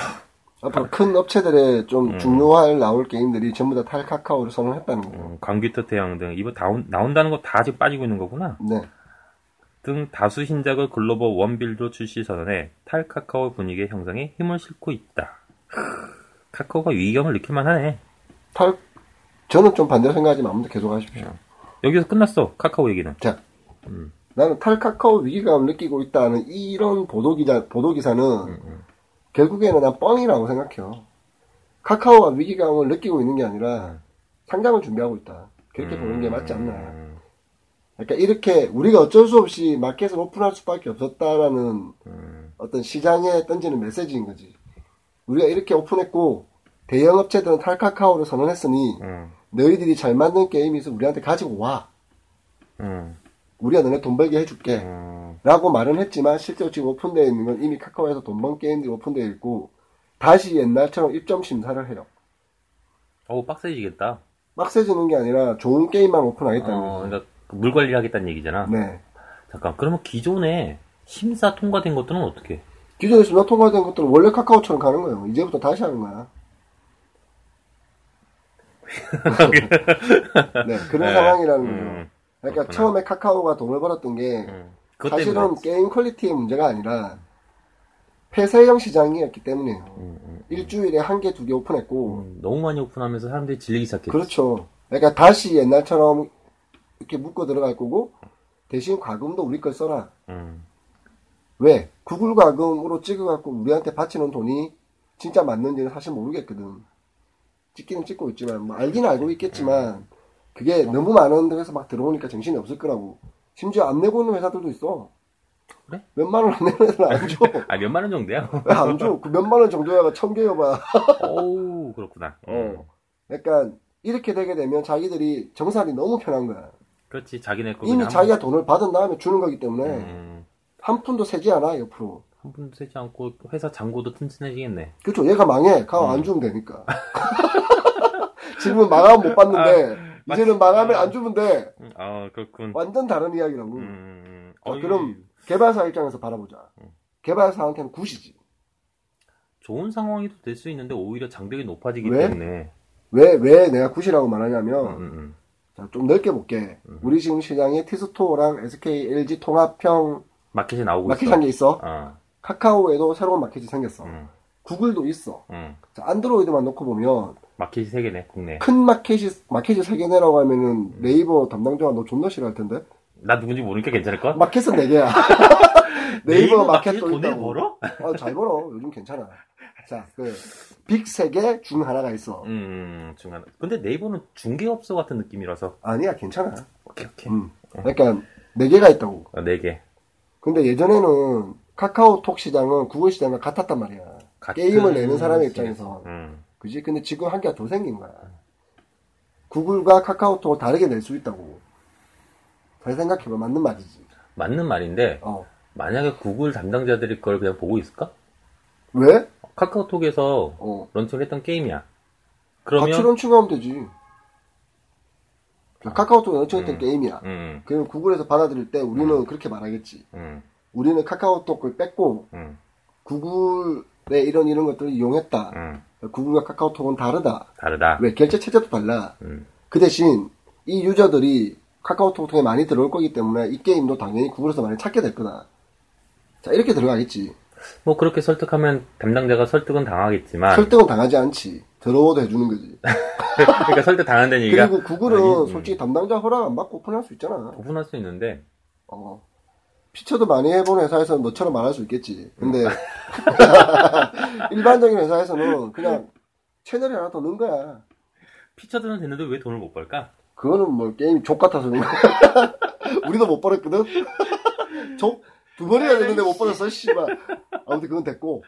Speaker 1: 앞으로 큰 업체들의 좀
Speaker 2: 음.
Speaker 1: 중요할 나올 게임들이 전부 다 탈 카카오를 선언했다는 거예요.
Speaker 2: 음, 광귀터 태양 등 이거 다운- 나온다는 거 다 지금 빠지고 있는 거구나.
Speaker 1: 네.
Speaker 2: 등 다수 신작을 글로벌 원빌로 출시 선언해 탈 카카오 분위기의 형성에 힘을 싣고 있다. 크으, 카카오가 위기감을 느낄만 하네.
Speaker 1: 탈, 저는 좀 반대로 생각하지만 아무튼 계속 하십시오.
Speaker 2: 여기서 끝났어. 카카오 얘기는.
Speaker 1: 자,
Speaker 2: 음.
Speaker 1: 나는 탈카카오 위기감을 느끼고 있다는 이런 보도기자, 보도기사는
Speaker 2: 음,
Speaker 1: 결국에는 난 뻥이라고 생각해요. 카카오가 위기감을 느끼고 있는 게 아니라 상장을 준비하고 있다. 그렇게 보는 게 맞지 않나.
Speaker 2: 음,
Speaker 1: 그러니까 이렇게 우리가 어쩔 수 없이 마켓을 오픈할 수밖에 없었다라는
Speaker 2: 음,
Speaker 1: 어떤 시장에 던지는 메시지인 거지. 우리가 이렇게 오픈했고 대형 업체들은 탈카카오를 선언했으니
Speaker 2: 음,
Speaker 1: 너희들이 잘 만든 게임이 있어 우리한테 가지고 와.
Speaker 2: 음,
Speaker 1: 우리가 너네 돈 벌게 해줄게.
Speaker 2: 음,
Speaker 1: 라고 말은 했지만 실제로 지금 오픈되어 있는 건 이미 카카오에서 돈 번 게임들이 오픈되어 있고 다시 옛날처럼 입점 심사를 해요.
Speaker 2: 어우, 빡세지겠다.
Speaker 1: 빡세지는 게 아니라 좋은 게임만 오픈하겠다는
Speaker 2: 어,
Speaker 1: 거죠.
Speaker 2: 그러니까 물 관리하겠다는 얘기잖아.
Speaker 1: 네.
Speaker 2: 잠깐, 그러면 기존에 심사 통과된 것들은 어떻게?
Speaker 1: 기존에 수납 통과된 것들은 원래 카카오처럼 가는 거예요. 이제부터 다시 하는 거야. 네, 그런 상황이라는 거죠. 그러니까
Speaker 2: 음, 그렇구나. 네.
Speaker 1: 처음에 카카오가 돈을 벌었던 게
Speaker 2: 음. 그것
Speaker 1: 음. 사실은
Speaker 2: 때문에.
Speaker 1: 게임 퀄리티의 문제가 아니라 폐쇄형 시장이었기 때문이에요.
Speaker 2: 음, 음.
Speaker 1: 일주일에 한 개, 두 개 오픈했고
Speaker 2: 음, 너무 많이 오픈하면서 사람들이 질리기 시작했지.
Speaker 1: 그렇죠. 그러니까 다시 옛날처럼 이렇게 묶어 들어갈 거고 대신 과금도 우리 걸 써라.
Speaker 2: 음,
Speaker 1: 왜? 구글 과금으로 찍어갖고 우리한테 바치는 돈이 진짜 맞는지는 사실 모르겠거든. 찍기는 찍고 있지만, 뭐 알기는 알고 있겠지만, 그게 너무 많은 데서 막 들어오니까 정신이 없을 거라고. 심지어 안 내고 있는 회사들도 있어.
Speaker 2: 그래?
Speaker 1: 몇만 원 안 내는 회사는 안 줘.
Speaker 2: 아, 몇만 원 정도야?
Speaker 1: 왜 안 줘? 그 몇만 원 정도야, 천 개여봐.
Speaker 2: 어우, 그렇구나.
Speaker 1: 어. 약간, 이렇게 되게 되면 자기들이 정산이 너무 편한 거야.
Speaker 2: 그렇지, 자기네 거
Speaker 1: 이미
Speaker 2: 그냥
Speaker 1: 자기가 네. 돈을 받은 다음에 주는 거기 때문에,
Speaker 2: 한 번- 음,
Speaker 1: 한 푼도 세지 않아, 옆으로.
Speaker 2: 한 분도 세지 않고 회사 잔고도 튼튼해지겠네.
Speaker 1: 그렇죠. 얘가 망해. 가면
Speaker 2: 음.
Speaker 1: 안 주면 되니까. 지금은 망하면 못 받는데 이제는 망하면 안 주면 돼.
Speaker 2: 아, 음, 아, 그렇군.
Speaker 1: 완전 다른 이야기라고.
Speaker 2: 음,
Speaker 1: 어? 아,
Speaker 2: 어이, 음.
Speaker 1: 그럼- 개발사 입장에서 바라보자. 개발사한테는 굿이지.
Speaker 2: 좋은 상황이도 될 수 있는데 오히려 장벽이 높아지기
Speaker 1: 왜?
Speaker 2: 때문에.
Speaker 1: 왜, 왜 내가 굿이라고
Speaker 2: 음,
Speaker 1: 말하냐면,
Speaker 2: 음,
Speaker 1: 자, 좀 넓게 볼게.
Speaker 2: 음.
Speaker 1: 우리 지금 시장에 티스토어랑 SK, LG 통합형
Speaker 2: 마켓이 나오고
Speaker 1: 마켓
Speaker 2: 있어.
Speaker 1: 한게 있어.
Speaker 2: 아,
Speaker 1: 카카오에도 새로운 마켓이 생겼어.
Speaker 2: 음,
Speaker 1: 구글도 있어.
Speaker 2: 음.
Speaker 1: 자, 안드로이드만 놓고 보면,
Speaker 2: 마켓이 세 개네, 국내.
Speaker 1: 큰 마켓이, 마켓이 세개내라고 하면은 네이버 담당자가 너 존나 싫어할 텐데?
Speaker 2: 나 누군지 모르니까 괜찮을걸?
Speaker 1: 마켓은 4개야. 네이버, 마켓도
Speaker 2: 돈을
Speaker 1: 있다고.
Speaker 2: 벌어?
Speaker 1: 아, 잘 벌어. 요즘 괜찮아. 자, 그, 빅 세 개 중 하나가 있어.
Speaker 2: 음, 중간. 근데 네이버는 중개업소 같은 느낌이라서.
Speaker 1: 아니야, 괜찮아.
Speaker 2: 오케이, 오케이.
Speaker 1: 음. 그러니까, 네 개가 있다고.
Speaker 2: 어, 네 개.
Speaker 1: 근데 예전에는 카카오톡 시장은 구글 시장과 같았단 말이야.
Speaker 2: 같은
Speaker 1: 게임을 내는 사람의
Speaker 2: 시기에서.
Speaker 1: 입장에서.
Speaker 2: 음,
Speaker 1: 그지? 근데 지금 한 개가 더 생긴 거야. 구글과 카카오톡을 다르게 낼 수 있다고. 잘 생각해봐. 맞는 말이지.
Speaker 2: 맞는 말인데,
Speaker 1: 어.
Speaker 2: 만약에 구글 담당자들이 그걸 그냥 보고 있을까?
Speaker 1: 왜?
Speaker 2: 카카오톡에서
Speaker 1: 어.
Speaker 2: 런칭을 했던 게임이야. 그러면,
Speaker 1: 박출원 추가하면 되지. 카카오톡에 연출했던
Speaker 2: 음.
Speaker 1: 게임이야.
Speaker 2: 음,
Speaker 1: 그럼 구글에서 받아들일 때 우리는 그렇게 말하겠지.
Speaker 2: 음,
Speaker 1: 우리는 카카오톡을 뺐고
Speaker 2: 음,
Speaker 1: 구글의 이런 이런 것들을 이용했다.
Speaker 2: 음, 아.
Speaker 1: 구글과 카카오톡은 다르다.
Speaker 2: 다르다.
Speaker 1: 왜 결제 체제도 달라.
Speaker 2: 음,
Speaker 1: 그 대신 이 유저들이 카카오톡을 통해 많이 들어올 거기 때문에 이 게임도 당연히 구글에서 많이 찾게 될 거다. 자 이렇게 들어가겠지.
Speaker 2: 뭐 그렇게 설득하면 담당자가 설득은 당하겠지만,
Speaker 1: 설득은 당하지 않지. 들어오도 해주는 거지.
Speaker 2: 그러니까 설득 당한다는 얘기가
Speaker 1: 그리고 구글은
Speaker 2: 아니, 음.
Speaker 1: 솔직히 담당자 허락 안 받고 오픈할 수 있잖아.
Speaker 2: 구분할 수 있는데,
Speaker 1: 어. 피처도 많이 해본 회사에서는 너처럼 말할 수 있겠지.
Speaker 2: 음.
Speaker 1: 근데 일반적인 회사에서는 그냥 채널이 하나 더 넣은 거야.
Speaker 2: 피처들은 됐는데 왜 돈을 못 벌까?
Speaker 1: 그거는 뭐 게임 족 같아서 그런 거야. 우리도 못 벌었거든. 족두 번이나 했는데 못 벌었어, 씨발. 아무튼 그건 됐고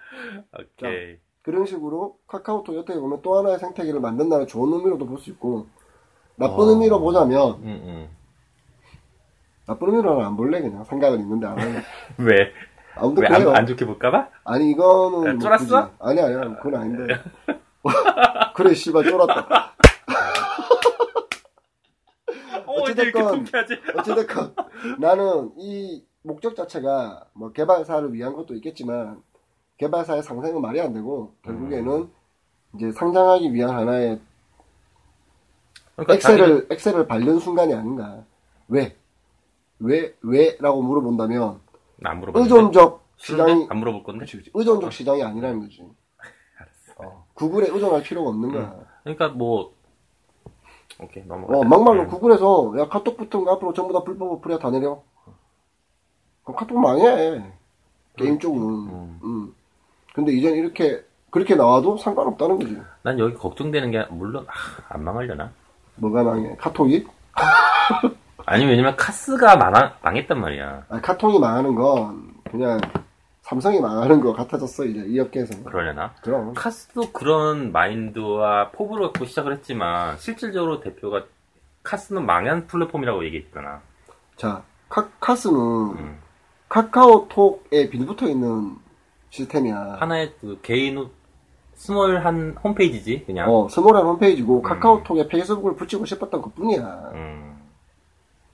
Speaker 2: 오케이.
Speaker 1: 그런 식으로 카카오톡 여태 보면 또 하나의 생태계를 만든다는 좋은 의미로도 볼 수 있고 나쁜
Speaker 2: 어.
Speaker 1: 의미로 보자면
Speaker 2: 음, 음.
Speaker 1: 나쁜 의미로는 안 볼래 그냥 생각은 있는데 안 하는
Speaker 2: 왜?
Speaker 1: 아무튼
Speaker 2: 왜
Speaker 1: 그래요.
Speaker 2: 안, 안 좋게 볼까봐?
Speaker 1: 아니 이거는
Speaker 2: 야,
Speaker 1: 뭐
Speaker 2: 쫄았어?
Speaker 1: 굳이- 아니 아니야 그건 아닌데 그래 씨발 쫄았다
Speaker 2: 어, 어제 이렇게
Speaker 1: 어찌됐건-
Speaker 2: 통쾌하지?
Speaker 1: 어찌됐건 나는 이 목적 자체가 뭐 개발사를 위한 것도 있겠지만 개발사의 상생은 말이 안 되고
Speaker 2: 음.
Speaker 1: 결국에는 이제 상장하기 위한 하나의
Speaker 2: 그러니까 자기는-
Speaker 1: 엑셀을 엑셀을 밟는 순간이 아닌가 왜? 왜? 왜라고 물어본다면
Speaker 2: 나안 물어봤는데.
Speaker 1: 의존적 시장이
Speaker 2: 싫은데? 안 물어볼 건데.
Speaker 1: 그치, 그치. 의존적 시장이 아니라는 거지 어, 구글에 의존할 필요가 없는 거야
Speaker 2: 그러니까 뭐 오케이 음. 넘어가.
Speaker 1: 어, 막말로 구글에서 야 카톡 붙은 거 앞으로 전부 다 불법 어플이야 다 내려. 그럼 카톡 망해. 게임 쪽은.
Speaker 2: 음.
Speaker 1: 음. 근데 이젠 이렇게 그렇게 나와도 상관없다는 거지.
Speaker 2: 난 여기 걱정되는 게 물론 아, 안 망하려나?
Speaker 1: 뭐가 망해? 카톡이?
Speaker 2: 아니 왜냐면 카스가 망하, 망했단 말이야.
Speaker 1: 아, 카톡이 망하는 건 그냥 삼성이 망하는 거 같아졌어 이제 이 업계에서. 그렇죠.
Speaker 2: 그러려나?
Speaker 1: 그럼.
Speaker 2: 카스도 그런 마인드와 포부를 갖고 시작을 했지만 실질적으로 대표가 카스는 망한 플랫폼이라고 얘기했잖아.
Speaker 1: 자, 카, 카스는
Speaker 2: 음.
Speaker 1: 카카오톡에 빌붙어 있는 시스템이야.
Speaker 2: 하나의 그 개인 스몰 한 홈페이지지 그냥.
Speaker 1: 어, 스몰한 홈페이지고 카카오톡에 페이스북을 붙이고 싶었던 것 뿐이야.
Speaker 2: 음.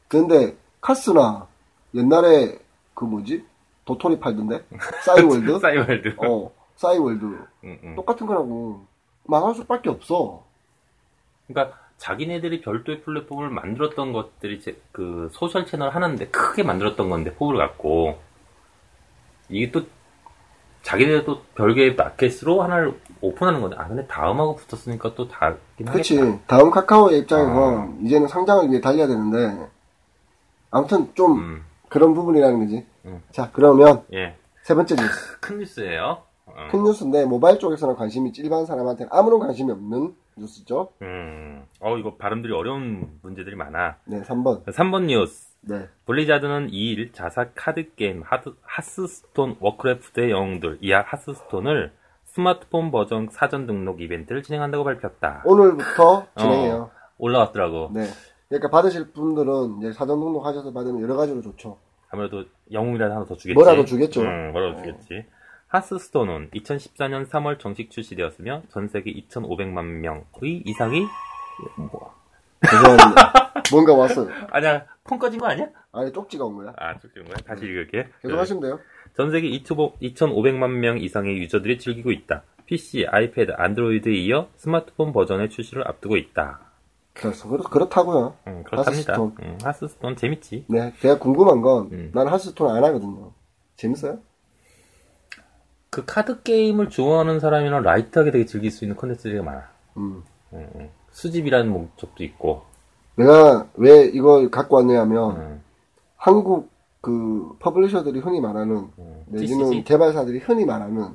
Speaker 1: 근데 카스나 옛날에 그 뭐지? 도토리 팔던데? 싸이월드?
Speaker 2: 싸이월드.
Speaker 1: 어, 싸이월드.
Speaker 2: 음, 음.
Speaker 1: 똑같은 거라고. 망할 수밖에 없어.
Speaker 2: 그러니까 자기네들이 별도의 플랫폼을 만들었던 것들이 제, 그 소셜 채널 하나인데 크게 만들었던 건데 포부를 갖고 이게 또 자기네들 또 별개의 마켓으로 하나를 오픈하는 건데 아 근데 다음하고 붙었으니까 또 다긴
Speaker 1: 그치.
Speaker 2: 하겠다.
Speaker 1: 다음 카카오의 입장에서
Speaker 2: 아.
Speaker 1: 이제는 상장을 위해 달려야 되는데, 아무튼 좀
Speaker 2: 음,
Speaker 1: 그런 부분이라는 거지.
Speaker 2: 음.
Speaker 1: 자, 그러면
Speaker 2: 예,
Speaker 1: 세 번째 뉴스.
Speaker 2: 큰 뉴스예요. 어,
Speaker 1: 큰 뉴스인데, 모바일 쪽에서는 관심이 일반 사람한테는 아무런 관심이 없는 뉴스죠.
Speaker 2: 음, 어 이거 발음들이 어려운 문제들이 많아.
Speaker 1: 네, 3번.
Speaker 2: 3번 뉴스.
Speaker 1: 네.
Speaker 2: 블리자드는 2일 자사 카드 게임 하드, 하스스톤 워크래프트의 영웅들 이하 하스스톤을 스마트폰 버전 사전 등록 이벤트를 진행한다고 밝혔다. 어.
Speaker 1: 오늘부터 진행해요.
Speaker 2: 올라왔더라고.
Speaker 1: 네. 그러니까 받으실 분들은 이제 사전 등록하셔서 받으면 여러 가지로 좋죠.
Speaker 2: 아무래도 영웅이라도 하나 더 주겠지.
Speaker 1: 뭐라도 주겠죠.
Speaker 2: 음, 뭐라도 주겠지. 하스스톤은 2014년 3월 정식 출시되었으며 전 세계 2,500만 명의 이상이
Speaker 1: 죄송합니다. 뭔가 왔어요.
Speaker 2: 아니야 폰 꺼진 거 아니야?
Speaker 1: 아니 쪽지가 온 거야.
Speaker 2: 아 쫓기는 거야?
Speaker 1: 음.
Speaker 2: 다시 읽을게.
Speaker 1: 계속 하시면 돼요.
Speaker 2: 전 세계 2,500만 명 이상의 유저들이 즐기고 있다. PC, 아이패드, 안드로이드에 이어 스마트폰 버전의 출시를 앞두고 있다.
Speaker 1: 그래서 그렇, 그렇다고요.
Speaker 2: 음, 그렇답니다.
Speaker 1: 하스스톤.
Speaker 2: 음, 하스스톤 재밌지.
Speaker 1: 네, 제가 궁금한 건
Speaker 2: 음.
Speaker 1: 난 하스톤 안 하거든요. 재밌어요?
Speaker 2: 그 카드 게임을 좋아하는 사람이나 라이트하게 되게 즐길 수 있는 컨텐츠들이 많아.
Speaker 1: 음.
Speaker 2: 음, 음. 수집이라는 목적도 있고.
Speaker 1: 내가 왜 이걸 갖고 왔냐면
Speaker 2: 음,
Speaker 1: 한국 그 퍼블리셔들이 흔히 말하는
Speaker 2: 음.
Speaker 1: 내지는
Speaker 2: TCG?
Speaker 1: 개발사들이 흔히 말하는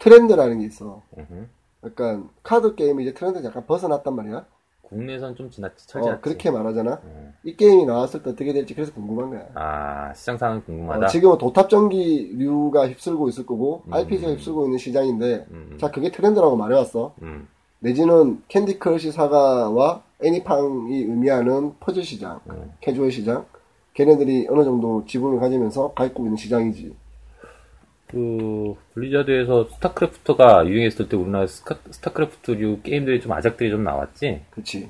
Speaker 1: 트렌드라는 게 있어.
Speaker 2: 음.
Speaker 1: 약간 카드 게임이 이제 트렌드 약간 벗어났단 말이야.
Speaker 2: 국내선 좀 지나치 철저하지.
Speaker 1: 어, 그렇게 말하잖아.
Speaker 2: 음.
Speaker 1: 이 게임이 나왔을 때 어떻게 될지 그래서 궁금한 거야.
Speaker 2: 아 시장 상황 궁금하다.
Speaker 1: 어, 지금은 도탑전기류가 휩쓸고 있을 거고
Speaker 2: 음.
Speaker 1: RPG가 휩쓸고 있는 시장인데
Speaker 2: 음,
Speaker 1: 자 그게 트렌드라고 말해왔어
Speaker 2: 음,
Speaker 1: 내지는 캔디 크러쉬 사가와 애니팡이 의미하는 퍼즐 시장
Speaker 2: 음.
Speaker 1: 캐주얼 시장 걔네들이 어느 정도 지분을 가지면서 갖고 있는 시장이지
Speaker 2: 그 블리자드에서 스타크래프트가 유행했을 때 우리나라 스타, 스타크래프트류 게임들이 좀 아작들이 좀 나왔지.
Speaker 1: 그치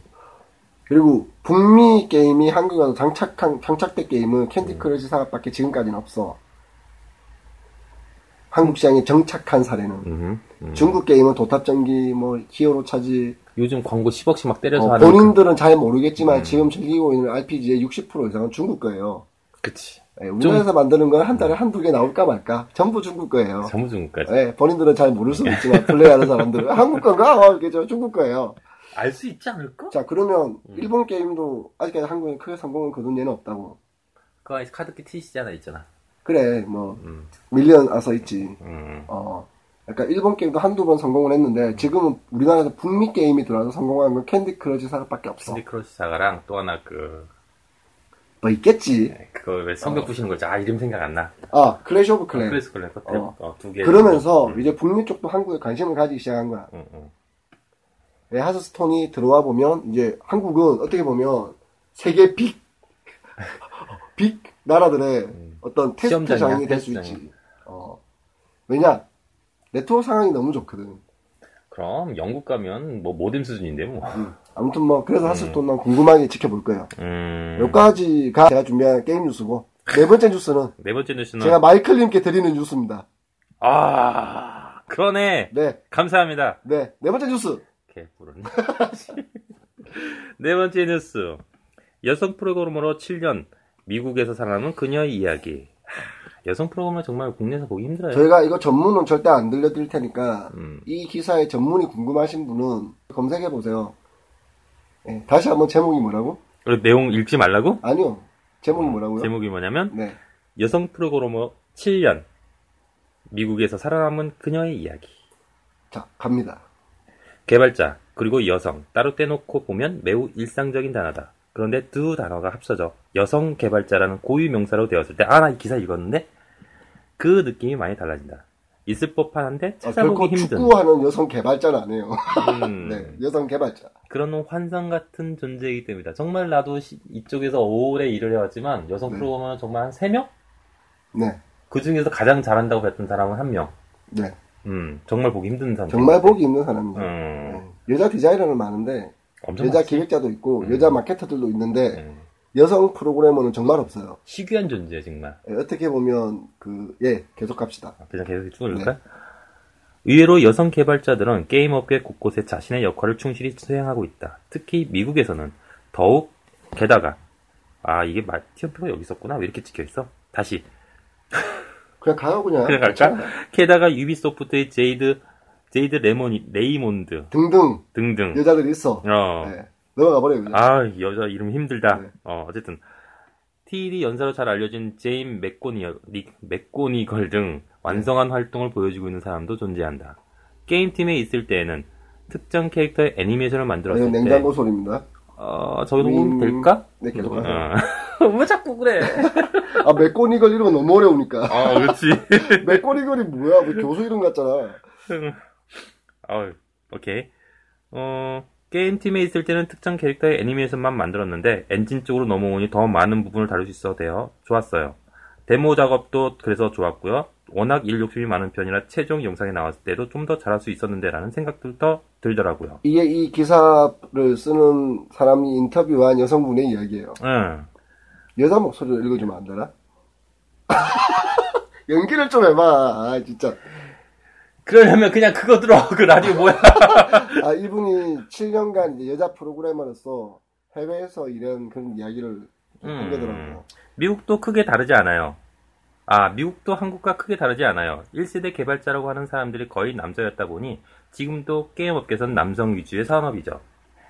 Speaker 1: 그리고 북미 게임이 한국에서 장착한 장착된 게임은 캔디 크러쉬 사가밖에 지금까지는 없어 한국 시장에 정착한 사례는
Speaker 2: 음, 음.
Speaker 1: 중국 게임은 도탑전기 뭐 히어로 차지
Speaker 2: 요즘 광고 10억씩 막 때려서 음.
Speaker 1: 어,
Speaker 2: 하는 그
Speaker 1: 본인들은 잘 모르겠지만 지금 즐기고 있는 RPG의 60% 이상은 중국 거예요.
Speaker 2: 그, 그치
Speaker 1: 예, 우리나라에서 만드는 건 한 달에 한두 개 나올까 말까 전부 중국 거예요.
Speaker 2: 자무중국까지
Speaker 1: 예, 본인들은 잘 모를 수도 있지만 플레이하는 사람들은 한국 건가? 어, 이게 저 중국 거예요.
Speaker 2: 알 수 있지 않을까?
Speaker 1: 자 그러면 일본 게임도 아직까지 한국에 크게 성공을 거둔 예는 없다고.
Speaker 2: 그 안에 카드키 TCG 하나 있잖아.
Speaker 1: 그래 뭐
Speaker 2: 음,
Speaker 1: 밀리언 아서 있지.
Speaker 2: 음,
Speaker 1: 어, 약간 일본 게임도 한두 번 성공을 했는데 지금은 우리나라에서 북미 게임이 들어와서 성공한 건 캔디 크러쉬 사업밖에 없어.
Speaker 2: 캔디 크러쉬 사가랑 또 하나 그
Speaker 1: 뭐 있겠지.
Speaker 2: 그거 왜
Speaker 1: 어.
Speaker 2: 성격 부시는 거지? 아 이름 생각 안 나.
Speaker 1: 아 클래시 오브 클랜.
Speaker 2: 클래스 클래스
Speaker 1: 어.
Speaker 2: 두개
Speaker 1: 그러면서 이제 북미 쪽도 한국에 관심을 가지기 시작한 거야.
Speaker 2: 음, 음.
Speaker 1: 왜 하스스톤이 들어와 보면 이제 한국은 어떻게 보면 세계 빅, 빅 나라들의 어떤 테스트
Speaker 2: 음. 시험장이야,
Speaker 1: 장이 될 수
Speaker 2: 테스트장이야.
Speaker 1: 있지. 어. 왜냐? 네트워크 상황이 너무 좋거든.
Speaker 2: 그럼 영국 가면 뭐 모뎀 수준인데 뭐.
Speaker 1: 아무튼 뭐 그래서 하스스톤 난 궁금하게 지켜볼 거예요.
Speaker 2: 음.
Speaker 1: 여기까지가 제가 준비한 게임 뉴스고 네 번째 뉴스는
Speaker 2: 네 번째 뉴스는
Speaker 1: 제가 마이클님께 드리는 뉴스입니다.
Speaker 2: 아 그러네.
Speaker 1: 네,
Speaker 2: 감사합니다.
Speaker 1: 네, 네 번째 뉴스.
Speaker 2: 개뿔은. 네 번째 뉴스. 여성 프로그램으로 7년 미국에서 살아남은 그녀의 이야기. 하, 여성 프로그램은 정말 국내에서 보기 힘들어요.
Speaker 1: 저희가 이거 전문은 절대 안 들려드릴 테니까
Speaker 2: 음.
Speaker 1: 이 기사의 전문이 궁금하신 분은 검색해 보세요. 예, 다시 한번 제목이 뭐라고?
Speaker 2: 그리고 내용 읽지 말라고?
Speaker 1: 아니요. 제목이 뭐라고요?
Speaker 2: 제목이 뭐냐면
Speaker 1: 네.
Speaker 2: 여성 프로그래머 7년 미국에서 살아남은 그녀의 이야기.
Speaker 1: 자, 갑니다. 아,
Speaker 2: 개발자 그리고 여성 따로 떼놓고 보면 매우 일상적인 단어다. 그런데 두 단어가 합쳐져 여성 개발자라는 고유 명사로 되었을 때 아 나 이 기사 읽었는데 그 느낌이 많이 달라진다. 있을 법한데
Speaker 1: 아, 결코
Speaker 2: 찾아보기 힘든
Speaker 1: 축구하는 여성 개발자는 아니에요.
Speaker 2: 음,
Speaker 1: 네, 여성 개발자.
Speaker 2: 그런 환상 같은 존재이기 때문이다. 정말 나도 시- 이쪽에서 오래 일을 해왔지만 여성
Speaker 1: 네.
Speaker 2: 프로그래머는 정말 한 3명?
Speaker 1: 네,
Speaker 2: 그 중에서 가장 잘한다고 봤던 사람은 한 명.
Speaker 1: 네.
Speaker 2: 음, 정말 보기 힘든 사람.
Speaker 1: 정말 보기 힘든 사람이죠.
Speaker 2: 음,
Speaker 1: 네. 여자 디자이너는 많은데
Speaker 2: 엄청
Speaker 1: 여자
Speaker 2: 많지.
Speaker 1: 기획자도 있고
Speaker 2: 음.
Speaker 1: 여자 마케터들도 있는데
Speaker 2: 음,
Speaker 1: 여성 프로그래머는 정말 없어요.
Speaker 2: 희귀한 존재 정말.
Speaker 1: 예, 어떻게 보면 그 예 계속 갑시다.
Speaker 2: 아, 그냥 계속 쭉을까? 의외로 여성 개발자들은 게임 업계 곳곳에 자신의 역할을 충실히 수행하고 있다. 특히 미국에서는 더욱 게다가 아 이게 마- 티어표가 여기 있었구나 왜 이렇게 찍혀 있어? 다시
Speaker 1: 그냥 가요 그냥.
Speaker 2: 그냥 갈까? 게다가 유비소프트의 제이드 제이드 레몬 레이몬드
Speaker 1: 등등
Speaker 2: 등등
Speaker 1: 여자들이 있어.
Speaker 2: 어.
Speaker 1: 예. 넘어가 버려요. 그냥.
Speaker 2: 아, 이 여자 이름 힘들다.
Speaker 1: 네.
Speaker 2: 어, 어쨌든 TD 연사로 잘 알려진 제임 맥고니, 리- 맥고니걸 등 완성한 활동을 보여주고 있는 사람도 존재한다. 게임팀에 있을 때에는 특정 캐릭터의 애니메이션을 만들었을
Speaker 1: 이건
Speaker 2: 때
Speaker 1: 네, 냉장고 소리입니다.
Speaker 2: 어, 저기도 보면
Speaker 1: 윙.
Speaker 2: 될까?
Speaker 1: 네, 계속
Speaker 2: 어.
Speaker 1: 가세요.
Speaker 2: 왜 자꾸 그래?
Speaker 1: 아, 맥꼬니걸 이름은 너무 어려우니까.
Speaker 2: 아, 그렇지.
Speaker 1: 맥꼬니걸이 뭐야? 뭐 교수 이름 같잖아.
Speaker 2: 어, 오케이. 어, 게임팀에 있을 때는 특정 캐릭터의 애니메이션만 만들었는데 엔진 쪽으로 넘어오니 더 많은 부분을 다룰 수 있어 되어 좋았어요. 데모 작업도 그래서 좋았고요. 워낙 일 욕심이 많은 편이라 최종 영상이 나왔을 때도 좀 더 잘할 수 있었는데라는 생각들도 들더라고요.
Speaker 1: 이게 이 기사를 쓰는 사람이 인터뷰한 여성분의 이야기예요.
Speaker 2: 응.
Speaker 1: 여자 목소리로 읽어주면 안 되나? 연기를 좀 해봐. 아, 진짜.
Speaker 2: 그러려면 그냥 그거 들어. 그 라디오 뭐야?
Speaker 1: 아, 이분이 7년간 이제 여자 프로그래머로서 해외에서 일한 그런 이야기를
Speaker 2: 음.
Speaker 1: 읽더라고요.
Speaker 2: 미국도 크게 다르지 않아요. 아, 미국도 한국과 크게 다르지 않아요. 1세대 개발자라고 하는 사람들이 거의 남자였다 보니 지금도 게임업계선 남성 위주의 산업이죠.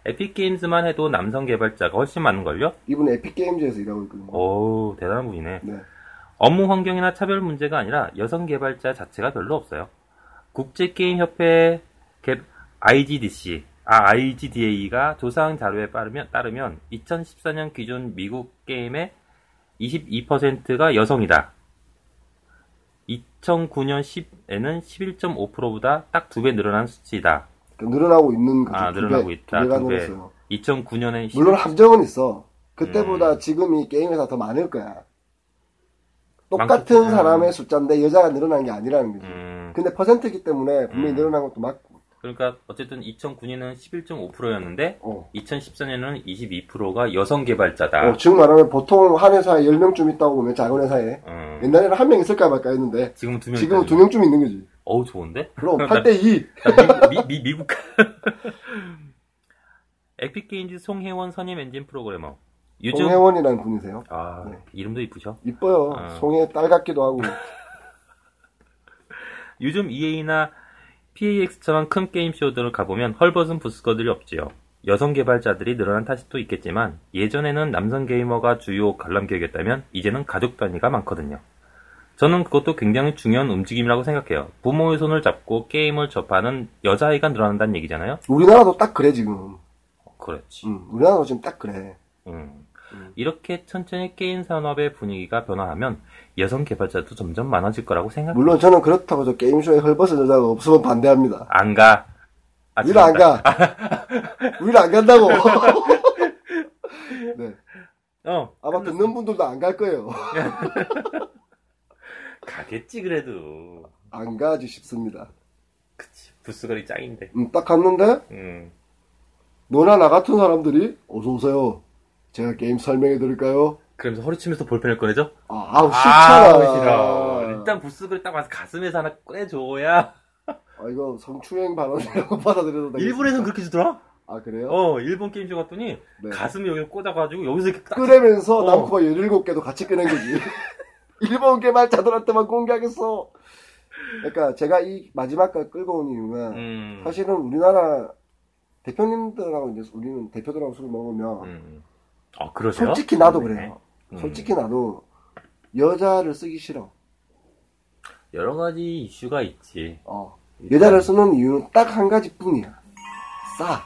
Speaker 2: 에픽게임즈만 해도 남성 개발자가 훨씬 많은걸요?
Speaker 1: 이분 에픽게임즈에서 일하고 있거든요.
Speaker 2: 어. 오, 대단한 분이네.
Speaker 1: 네.
Speaker 2: 업무 환경이나 차별 문제가 아니라 여성 개발자 자체가 별로 없어요. 국제게임협회 개- IGDC, 아, IGDA가 조사한 자료에 따르면, 따르면 2014년 기준 미국 게임의 22%가 여성이다. 2009년 10에는 11.5%보다 딱 두 배 늘어난 수치이다.
Speaker 1: 그러니까 늘어나고 있는 거죠.
Speaker 2: 아,
Speaker 1: 두
Speaker 2: 늘어나고
Speaker 1: 배,
Speaker 2: 있다.
Speaker 1: 두 배가
Speaker 2: 두 배.
Speaker 1: 늘었어요.
Speaker 2: 2009년에
Speaker 1: 물론 함정은 있어. 그때보다
Speaker 2: 음.
Speaker 1: 지금이 게임에서 더 많을 거야. 똑같은
Speaker 2: 많겠지.
Speaker 1: 사람의 숫자인데 여자가 늘어난 게 아니라는 거지.
Speaker 2: 음,
Speaker 1: 근데 퍼센트이기 때문에 분명히
Speaker 2: 음.
Speaker 1: 늘어난 것도 맞고.
Speaker 2: 그러니까 어쨌든 2009년은 11.5%였는데
Speaker 1: 어.
Speaker 2: 2014년은 22%가 여성 개발자다.
Speaker 1: 어, 지금 말하면 보통 한 회사에 10명쯤 있다고 보면 작은 회사에.
Speaker 2: 음.
Speaker 1: 옛날에는 한 명 있을까 말까 했는데
Speaker 2: 지금 두 명.
Speaker 1: 지금은 두 명쯤 있는 거지.
Speaker 2: 어우 좋은데?
Speaker 1: 그럼 8대 2.
Speaker 2: 나 미, 미, 미, 미국. 에픽게임즈 송혜원 선임 엔진 프로그래머. 요즘
Speaker 1: 송혜원이라는 분이세요.
Speaker 2: 아
Speaker 1: 네.
Speaker 2: 이름도 이쁘셔.
Speaker 1: 이뻐요.
Speaker 2: 아.
Speaker 1: 송혜 딸 같기도 하고.
Speaker 2: 요즘 EA나 PAX처럼 큰 게임 쇼들을 가보면 헐벗은 부스거들이 없지요. 여성 개발자들이 늘어난 탓도 있겠지만 예전에는 남성 게이머가 주요 관람객이었다면 이제는 가족 단위가 많거든요. 저는 그것도 굉장히 중요한 움직임이라고 생각해요. 부모의 손을 잡고 게임을 접하는 여자아이가 늘어난다는 얘기잖아요.
Speaker 1: 우리나라도 딱 그래 지금.
Speaker 2: 그렇지.
Speaker 1: 음, 우리나라도 지금 딱 그래.
Speaker 2: 음.
Speaker 1: 음.
Speaker 2: 이렇게 천천히 게임 산업의 분위기가 변화하면 여성 개발자도 점점 많아질 거라고 생각.
Speaker 1: 물론 저는 그렇다고 저 게임쇼에 헐벗은 여자가 없으면 반대합니다.
Speaker 2: 안 가. 아,
Speaker 1: 우리는 안
Speaker 2: 죄송합니다.
Speaker 1: 가. 우리는 안 간다고. 네.
Speaker 2: 어.
Speaker 1: 아마
Speaker 2: 끝났어.
Speaker 1: 듣는 분들도 안 갈 거예요.
Speaker 2: 가겠지 그래도.
Speaker 1: 안 가지 싶습니다.
Speaker 2: 그치. 부스거리 짱인데.
Speaker 1: 음, 딱 갔는데
Speaker 2: 음.
Speaker 1: 너나 나 같은 사람들이 어서 오세요. 제가 게임 설명해 드릴까요?
Speaker 2: 그러면서 허리치면서 볼펜을 꺼내죠?
Speaker 1: 아, 아우 싫잖아.
Speaker 2: 아우, 싫어. 일단 부스거리 딱 와서 가슴에서 하나 꺼내줘야.
Speaker 1: 아, 이거 성추행 발언이라고 받아들여도 되겠습니까?
Speaker 2: 일본에선 그렇게 주더라?
Speaker 1: 아 그래요?
Speaker 2: 어, 일본 게임쇼 갔더니
Speaker 1: 네.
Speaker 2: 가슴에 여기 꽂아가지고 여기서 이렇게 딱.
Speaker 1: 끄내면서
Speaker 2: 어.
Speaker 1: 남코가 17개도 같이 끄낸 거지. 일본 개발자들한테만 공개하겠어. 그러까 제가 이 마지막 걸 끌고 온 이유가
Speaker 2: 음.
Speaker 1: 그 사실은 우리나라 대표님들하고 이제 우리는 대표들하고 술을 먹으면
Speaker 2: 음. 아, 그러세요?
Speaker 1: 솔직히 나도
Speaker 2: 네.
Speaker 1: 그래요.
Speaker 2: 음.
Speaker 1: 솔직히 나도 여자를 쓰기 싫어.
Speaker 2: 여러 가지 이슈가 있지.
Speaker 1: 어. 여자를 쓰는 이유는 딱 한 가지뿐이야. 싸.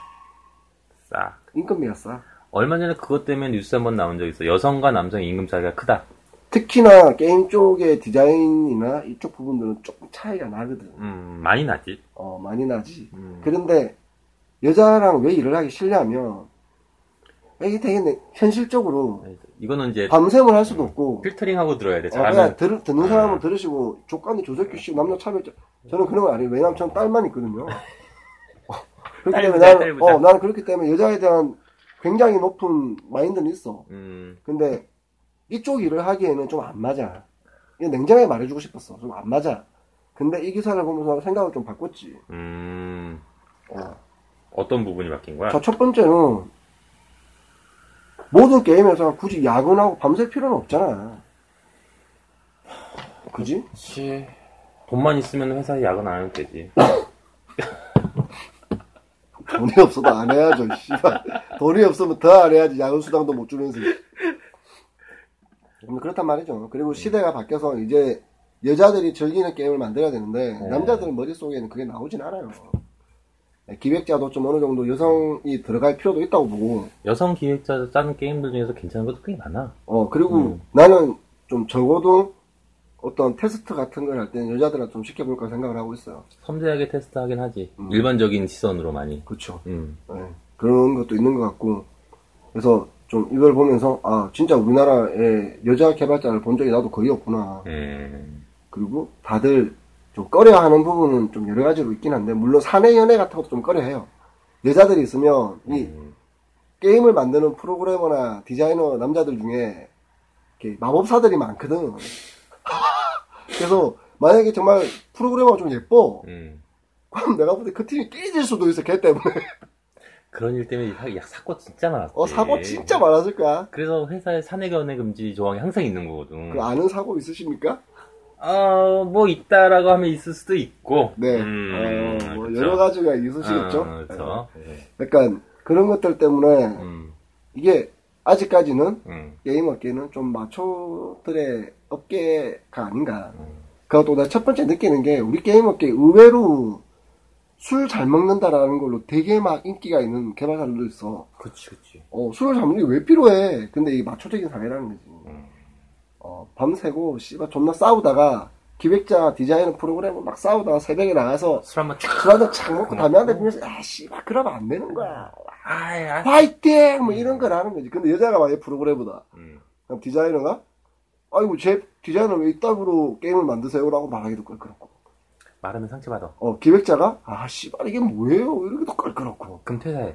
Speaker 2: 싸.
Speaker 1: 인건비가 싸.
Speaker 2: 얼마 전에 그것 때문에 뉴스 한 번 나온 적 있어. 여성과 남성 임금 차이가 크다.
Speaker 1: 특히나 게임 쪽의 디자인이나 이쪽 부분들은 조금 차이가 나거든.
Speaker 2: 음, 많이 나지.
Speaker 1: 어, 많이 나지.
Speaker 2: 음.
Speaker 1: 그런데 여자랑 왜 일을 하기 싫냐면 이게 되게 내- 현실적으로
Speaker 2: 이거는 이제
Speaker 1: 밤샘을 할
Speaker 2: 음.
Speaker 1: 수도 없고
Speaker 2: 필터링하고 들어야 돼.
Speaker 1: 어, 그냥
Speaker 2: 잘하면
Speaker 1: 들, 듣는 사람은
Speaker 2: 음.
Speaker 1: 들으시고 조건이 조세규씨 남녀 차별 저는 그런 거 아니에요. 왜냐면 저는 딸만 있거든요. 어, 그렇기 때문에
Speaker 2: 딸부자,
Speaker 1: 나는
Speaker 2: 딸부자.
Speaker 1: 어, 나는 그렇기 때문에 여자에 대한 굉장히 높은 마인드는 있어.
Speaker 2: 음,
Speaker 1: 근데 이쪽 일을 하기에는 좀 안 맞아. 이거 냉정하게 말해주고 싶었어. 좀 안 맞아. 근데 이 기사를 보면서 생각을 좀 바꿨지.
Speaker 2: 음,
Speaker 1: 어.
Speaker 2: 어떤 부분이 바뀐 거야?
Speaker 1: 자, 첫 번째는 모든 게임에서 굳이 야근하고 밤샐 필요는 없잖아. 그지?
Speaker 2: 그치. 돈만 있으면 회사에 야근 안 하면 되지.
Speaker 1: 돈이 없어도 안 해야죠, 이 씨발. 돈이 없으면 더 안 해야지, 야근 수당도 못 주면서. 음, 그렇단 말이죠. 그리고
Speaker 2: 네.
Speaker 1: 시대가 바뀌어서 이제 여자들이 즐기는 게임을 만들어야 되는데,
Speaker 2: 네.
Speaker 1: 남자들은 머릿속에는 그게 나오진 않아요. 네, 기획자도 좀 어느 정도 여성이 들어갈 필요도 있다고 보고,
Speaker 2: 여성 기획자 짜는 게임들 중에서 괜찮은 것도 꽤 많아.
Speaker 1: 어, 그리고
Speaker 2: 음.
Speaker 1: 나는 좀 적어도 어떤 테스트 같은 걸 할 때는 여자들한테 좀 시켜볼까 생각을 하고 있어요.
Speaker 2: 섬세하게 테스트하긴 하지.
Speaker 1: 음.
Speaker 2: 일반적인 시선으로 많이.
Speaker 1: 그렇죠.
Speaker 2: 음.
Speaker 1: 예, 그런 것도 있는 것 같고 그래서 좀 이걸 보면서 아 진짜 우리나라의 여자 개발자를 본 적이 나도 거의 없구나
Speaker 2: 음.
Speaker 1: 그리고 다들 좀 꺼려하는 부분은 좀 여러 가지로 있긴 한데 물론 사내 연애 같은 것도 좀 꺼려해요 여자들이 있으면 이
Speaker 2: 음.
Speaker 1: 게임을 만드는 프로그래머나 디자이너 남자들 중에 이렇게 마법사들이 많거든 그래서 만약에 정말 프로그래머가 좀 예뻐
Speaker 2: 음.
Speaker 1: 그럼 내가 볼 때 그 팀이 깨질 수도 있어 걔 때문에
Speaker 2: 그런 일 때문에 사- 야, 사고 진짜 많았지.
Speaker 1: 어 사고 진짜 많았을 거야
Speaker 2: 그래서 회사에 사내견의 금지 조항이 항상 있는 거거든.
Speaker 1: 그 아는 사고 있으십니까?
Speaker 2: 어, 뭐 있다라고 하면 있을 수도 있고.
Speaker 1: 네.
Speaker 2: 음,
Speaker 1: 어, 뭐
Speaker 2: 그쵸.
Speaker 1: 여러 가지가
Speaker 2: 아,
Speaker 1: 있으시겠죠? 예.
Speaker 2: 그렇죠. 네.
Speaker 1: 약간 그런 것들 때문에
Speaker 2: 음,
Speaker 1: 이게 아직까지는
Speaker 2: 음,
Speaker 1: 게임 업계는 좀 마초들의 업계가 아닌가.
Speaker 2: 음.
Speaker 1: 그것도 나 첫 번째 느끼는 게 우리 게임 업계 의외로 술 잘 먹는다라는 걸로 되게 막 인기가 있는 개발사들도 있어.
Speaker 2: 그치, 그치.
Speaker 1: 어, 술을 잘 먹는 게 왜 필요해? 근데 이게 마초적인 사회라는 거지.
Speaker 2: 음.
Speaker 1: 어, 밤새고, 씨발, 존나 싸우다가, 기획자, 디자이너 프로그램을 막 싸우다가 새벽에 나와서,
Speaker 2: 술 한번 촥.
Speaker 1: 그러다 착 먹고 담배 한대 피면서, 아, 씨발, 그러면 안 되는 거야.
Speaker 2: 아이, 아,
Speaker 1: 화이팅! 뭐 이런 걸 하는 거지. 근데 여자가 만약에 프로그래머다.
Speaker 2: 음,
Speaker 1: 그럼 디자이너가, 아이고, 제 디자이너 왜 이따구로 게임을 만드세요? 라고 말하기도 껄끄럽고.
Speaker 2: 말하면 상처받아.
Speaker 1: 어, 기획자가, 아, 씨발, 이게 뭐예요? 이러기도 껄끄럽고.
Speaker 2: 그럼 퇴사해.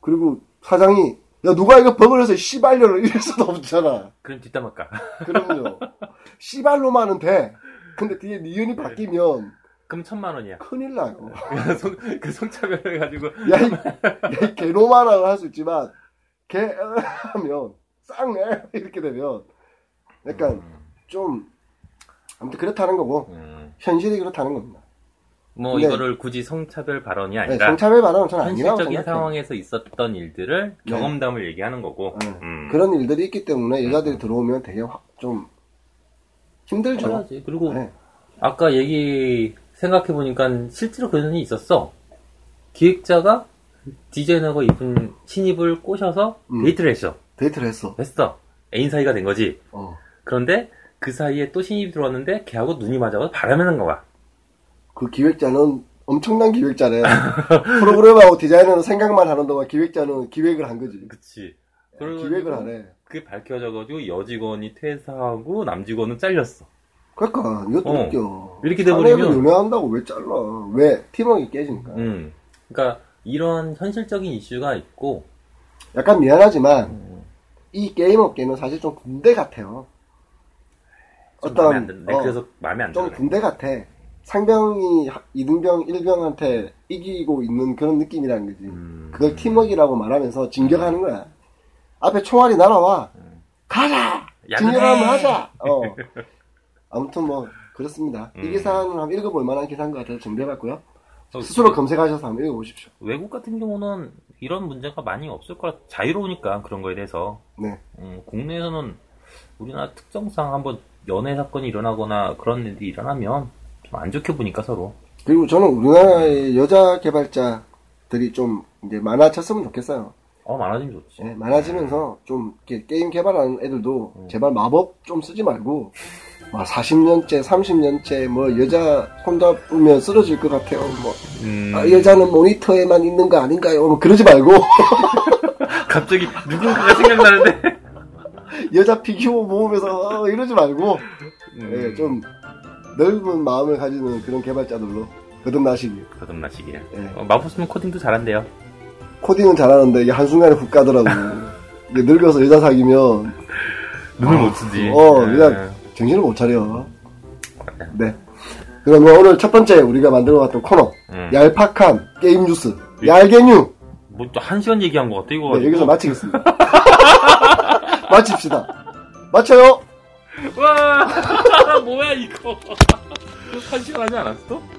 Speaker 1: 그리고 사장이, 야, 누가 이거 버블 해서 씨발년을 이럴 수도 없잖아.
Speaker 2: 그럼 뒷담 할까?
Speaker 1: 그럼요. 씨발로만은 돼. 근데 뒤에 니은이 바뀌면
Speaker 2: 그럼 천만 원이야.
Speaker 1: 큰일 나요.
Speaker 2: 그 성, 그 성차별을 가지고.
Speaker 1: 야, 이, 야, 이 개노마라고 할 수 있지만, 개, 하면, 쌍해. 이렇게 되면, 약간, 좀, 아무튼 그렇다는 거고,
Speaker 2: 음,
Speaker 1: 현실이 그렇다는 겁니다.
Speaker 2: 뭐
Speaker 1: 근데-
Speaker 2: 이거를 굳이 성차별 발언이
Speaker 1: 네,
Speaker 2: 아니라
Speaker 1: 성차별 발언은 저는 아니라고
Speaker 2: 현실적인
Speaker 1: 생각해요.
Speaker 2: 상황에서 있었던 일들을
Speaker 1: 네.
Speaker 2: 경험담을 얘기하는 거고.
Speaker 1: 네.
Speaker 2: 음.
Speaker 1: 그런 일들이 있기 때문에 여자들이 들어오면 되게 확, 좀, 힘들죠.
Speaker 2: 그래야지. 그리고
Speaker 1: 네.
Speaker 2: 아까 얘기 생각해 보니까 실제로 그런 일이 있었어. 기획자가 디자이너가 이쁜 신입을 꼬셔서
Speaker 1: 음.
Speaker 2: 데이트를 했어.
Speaker 1: 데이트를 했어.
Speaker 2: 했어. 애인 사이가 된 거지.
Speaker 1: 어. 그
Speaker 2: 그 사이에 또 신입이 들어왔는데 걔하고 눈이 맞아서 바람이 난 거야.
Speaker 1: 그 기획자는 엄청난 기획자네. 프로그래머하고 디자이너는 생각만 하는 동안 기획자는 기획을 한 거지.
Speaker 2: 그치.
Speaker 1: 기획을 하네.
Speaker 2: 그게 밝혀져가지고 여직원이 퇴사하고 남직원은 잘렸어.
Speaker 1: 그러니까 이것도
Speaker 2: 어.
Speaker 1: 웃겨.
Speaker 2: 이렇게
Speaker 1: 사내를
Speaker 2: 돼버리면,
Speaker 1: 연애한다고 왜 잘라? 왜? 팀워크 깨지니까.
Speaker 2: 음, 그러니까 이런 현실적인 이슈가 있고,
Speaker 1: 약간 미안하지만 이 게임 업계는 사실 좀 군대 같아요.
Speaker 2: 좀
Speaker 1: 어떤-
Speaker 2: 마음에 안 드는데 네,
Speaker 1: 어,
Speaker 2: 그래서 마음에 안
Speaker 1: 좀
Speaker 2: 드는.
Speaker 1: 군대 같아. 상병이 하- 이등병, 일병한테 이기고 있는 그런 느낌이라는 거지.
Speaker 2: 음.
Speaker 1: 그걸 팀워크라고 말하면서 진격하는 거야. 앞에 총알이 날아와. 가자!
Speaker 2: 야근해! 네.
Speaker 1: 진격하면 하자! 어. 아무튼 뭐, 그렇습니다. 이
Speaker 2: 음.
Speaker 1: 기사는 한번 읽어볼 만한 기사인 것 같아서 준비해봤고요.
Speaker 2: 어,
Speaker 1: 스스로 검색하셔서 한번 읽어보십시오.
Speaker 2: 외국 같은 경우는 이런 문제가 많이 없을 거라 자유로우니까 그런 거에 대해서
Speaker 1: 네.
Speaker 2: 음, 국내에서는 우리나라 특성상 한번 연애 사건이 일어나거나 그런 일이 일어나면 좀 안 좋게 보니까 서로
Speaker 1: 그리고 저는 우리나라의 여자 개발자들이 좀 이제 많아졌으면 좋겠어요.
Speaker 2: 어 많아지면 좋지
Speaker 1: 예, 많아지면서 좀 이렇게 게임 개발하는 애들도 제발 마법 좀 쓰지 말고 막 40년째, 30년째 뭐 여자 손잡으면 쓰러질 것 같아요. 뭐
Speaker 2: 음,
Speaker 1: 아, 여자는 모니터에만 있는 거 아닌가요? 뭐 그러지 말고
Speaker 2: 갑자기 누군가가 생각나는데.
Speaker 1: 여자 피규어 모으면서 어, 이러지 말고
Speaker 2: 음.
Speaker 1: 예, 좀 넓은 마음을 가지는 그런 개발자들로 거듭나시길.
Speaker 2: 거듭나시길.
Speaker 1: 예.
Speaker 2: 어, 마법스는 코딩도 잘한대요.
Speaker 1: 코딩은 잘하는데 이게 한순간에 훅 가더라고. 이게 늙어서 여자 사귀면
Speaker 2: 눈을 못 쓰지.
Speaker 1: 어,
Speaker 2: 예.
Speaker 1: 그냥- 정신을 못 차려. 네. 그러면 오늘 첫 번째 우리가 만들어봤던 코너
Speaker 2: 음.
Speaker 1: 얄팍한 게임 뉴스
Speaker 2: 예. 어,
Speaker 1: 얄개뉴
Speaker 2: 뭐, 또한 시간 얘기한 것 같아, 이거.
Speaker 1: 네, 여기서 마치겠습니다. 마칩시다. 마쳐요.
Speaker 2: 와! 뭐야, 이거. 한 시간 하지 않았어?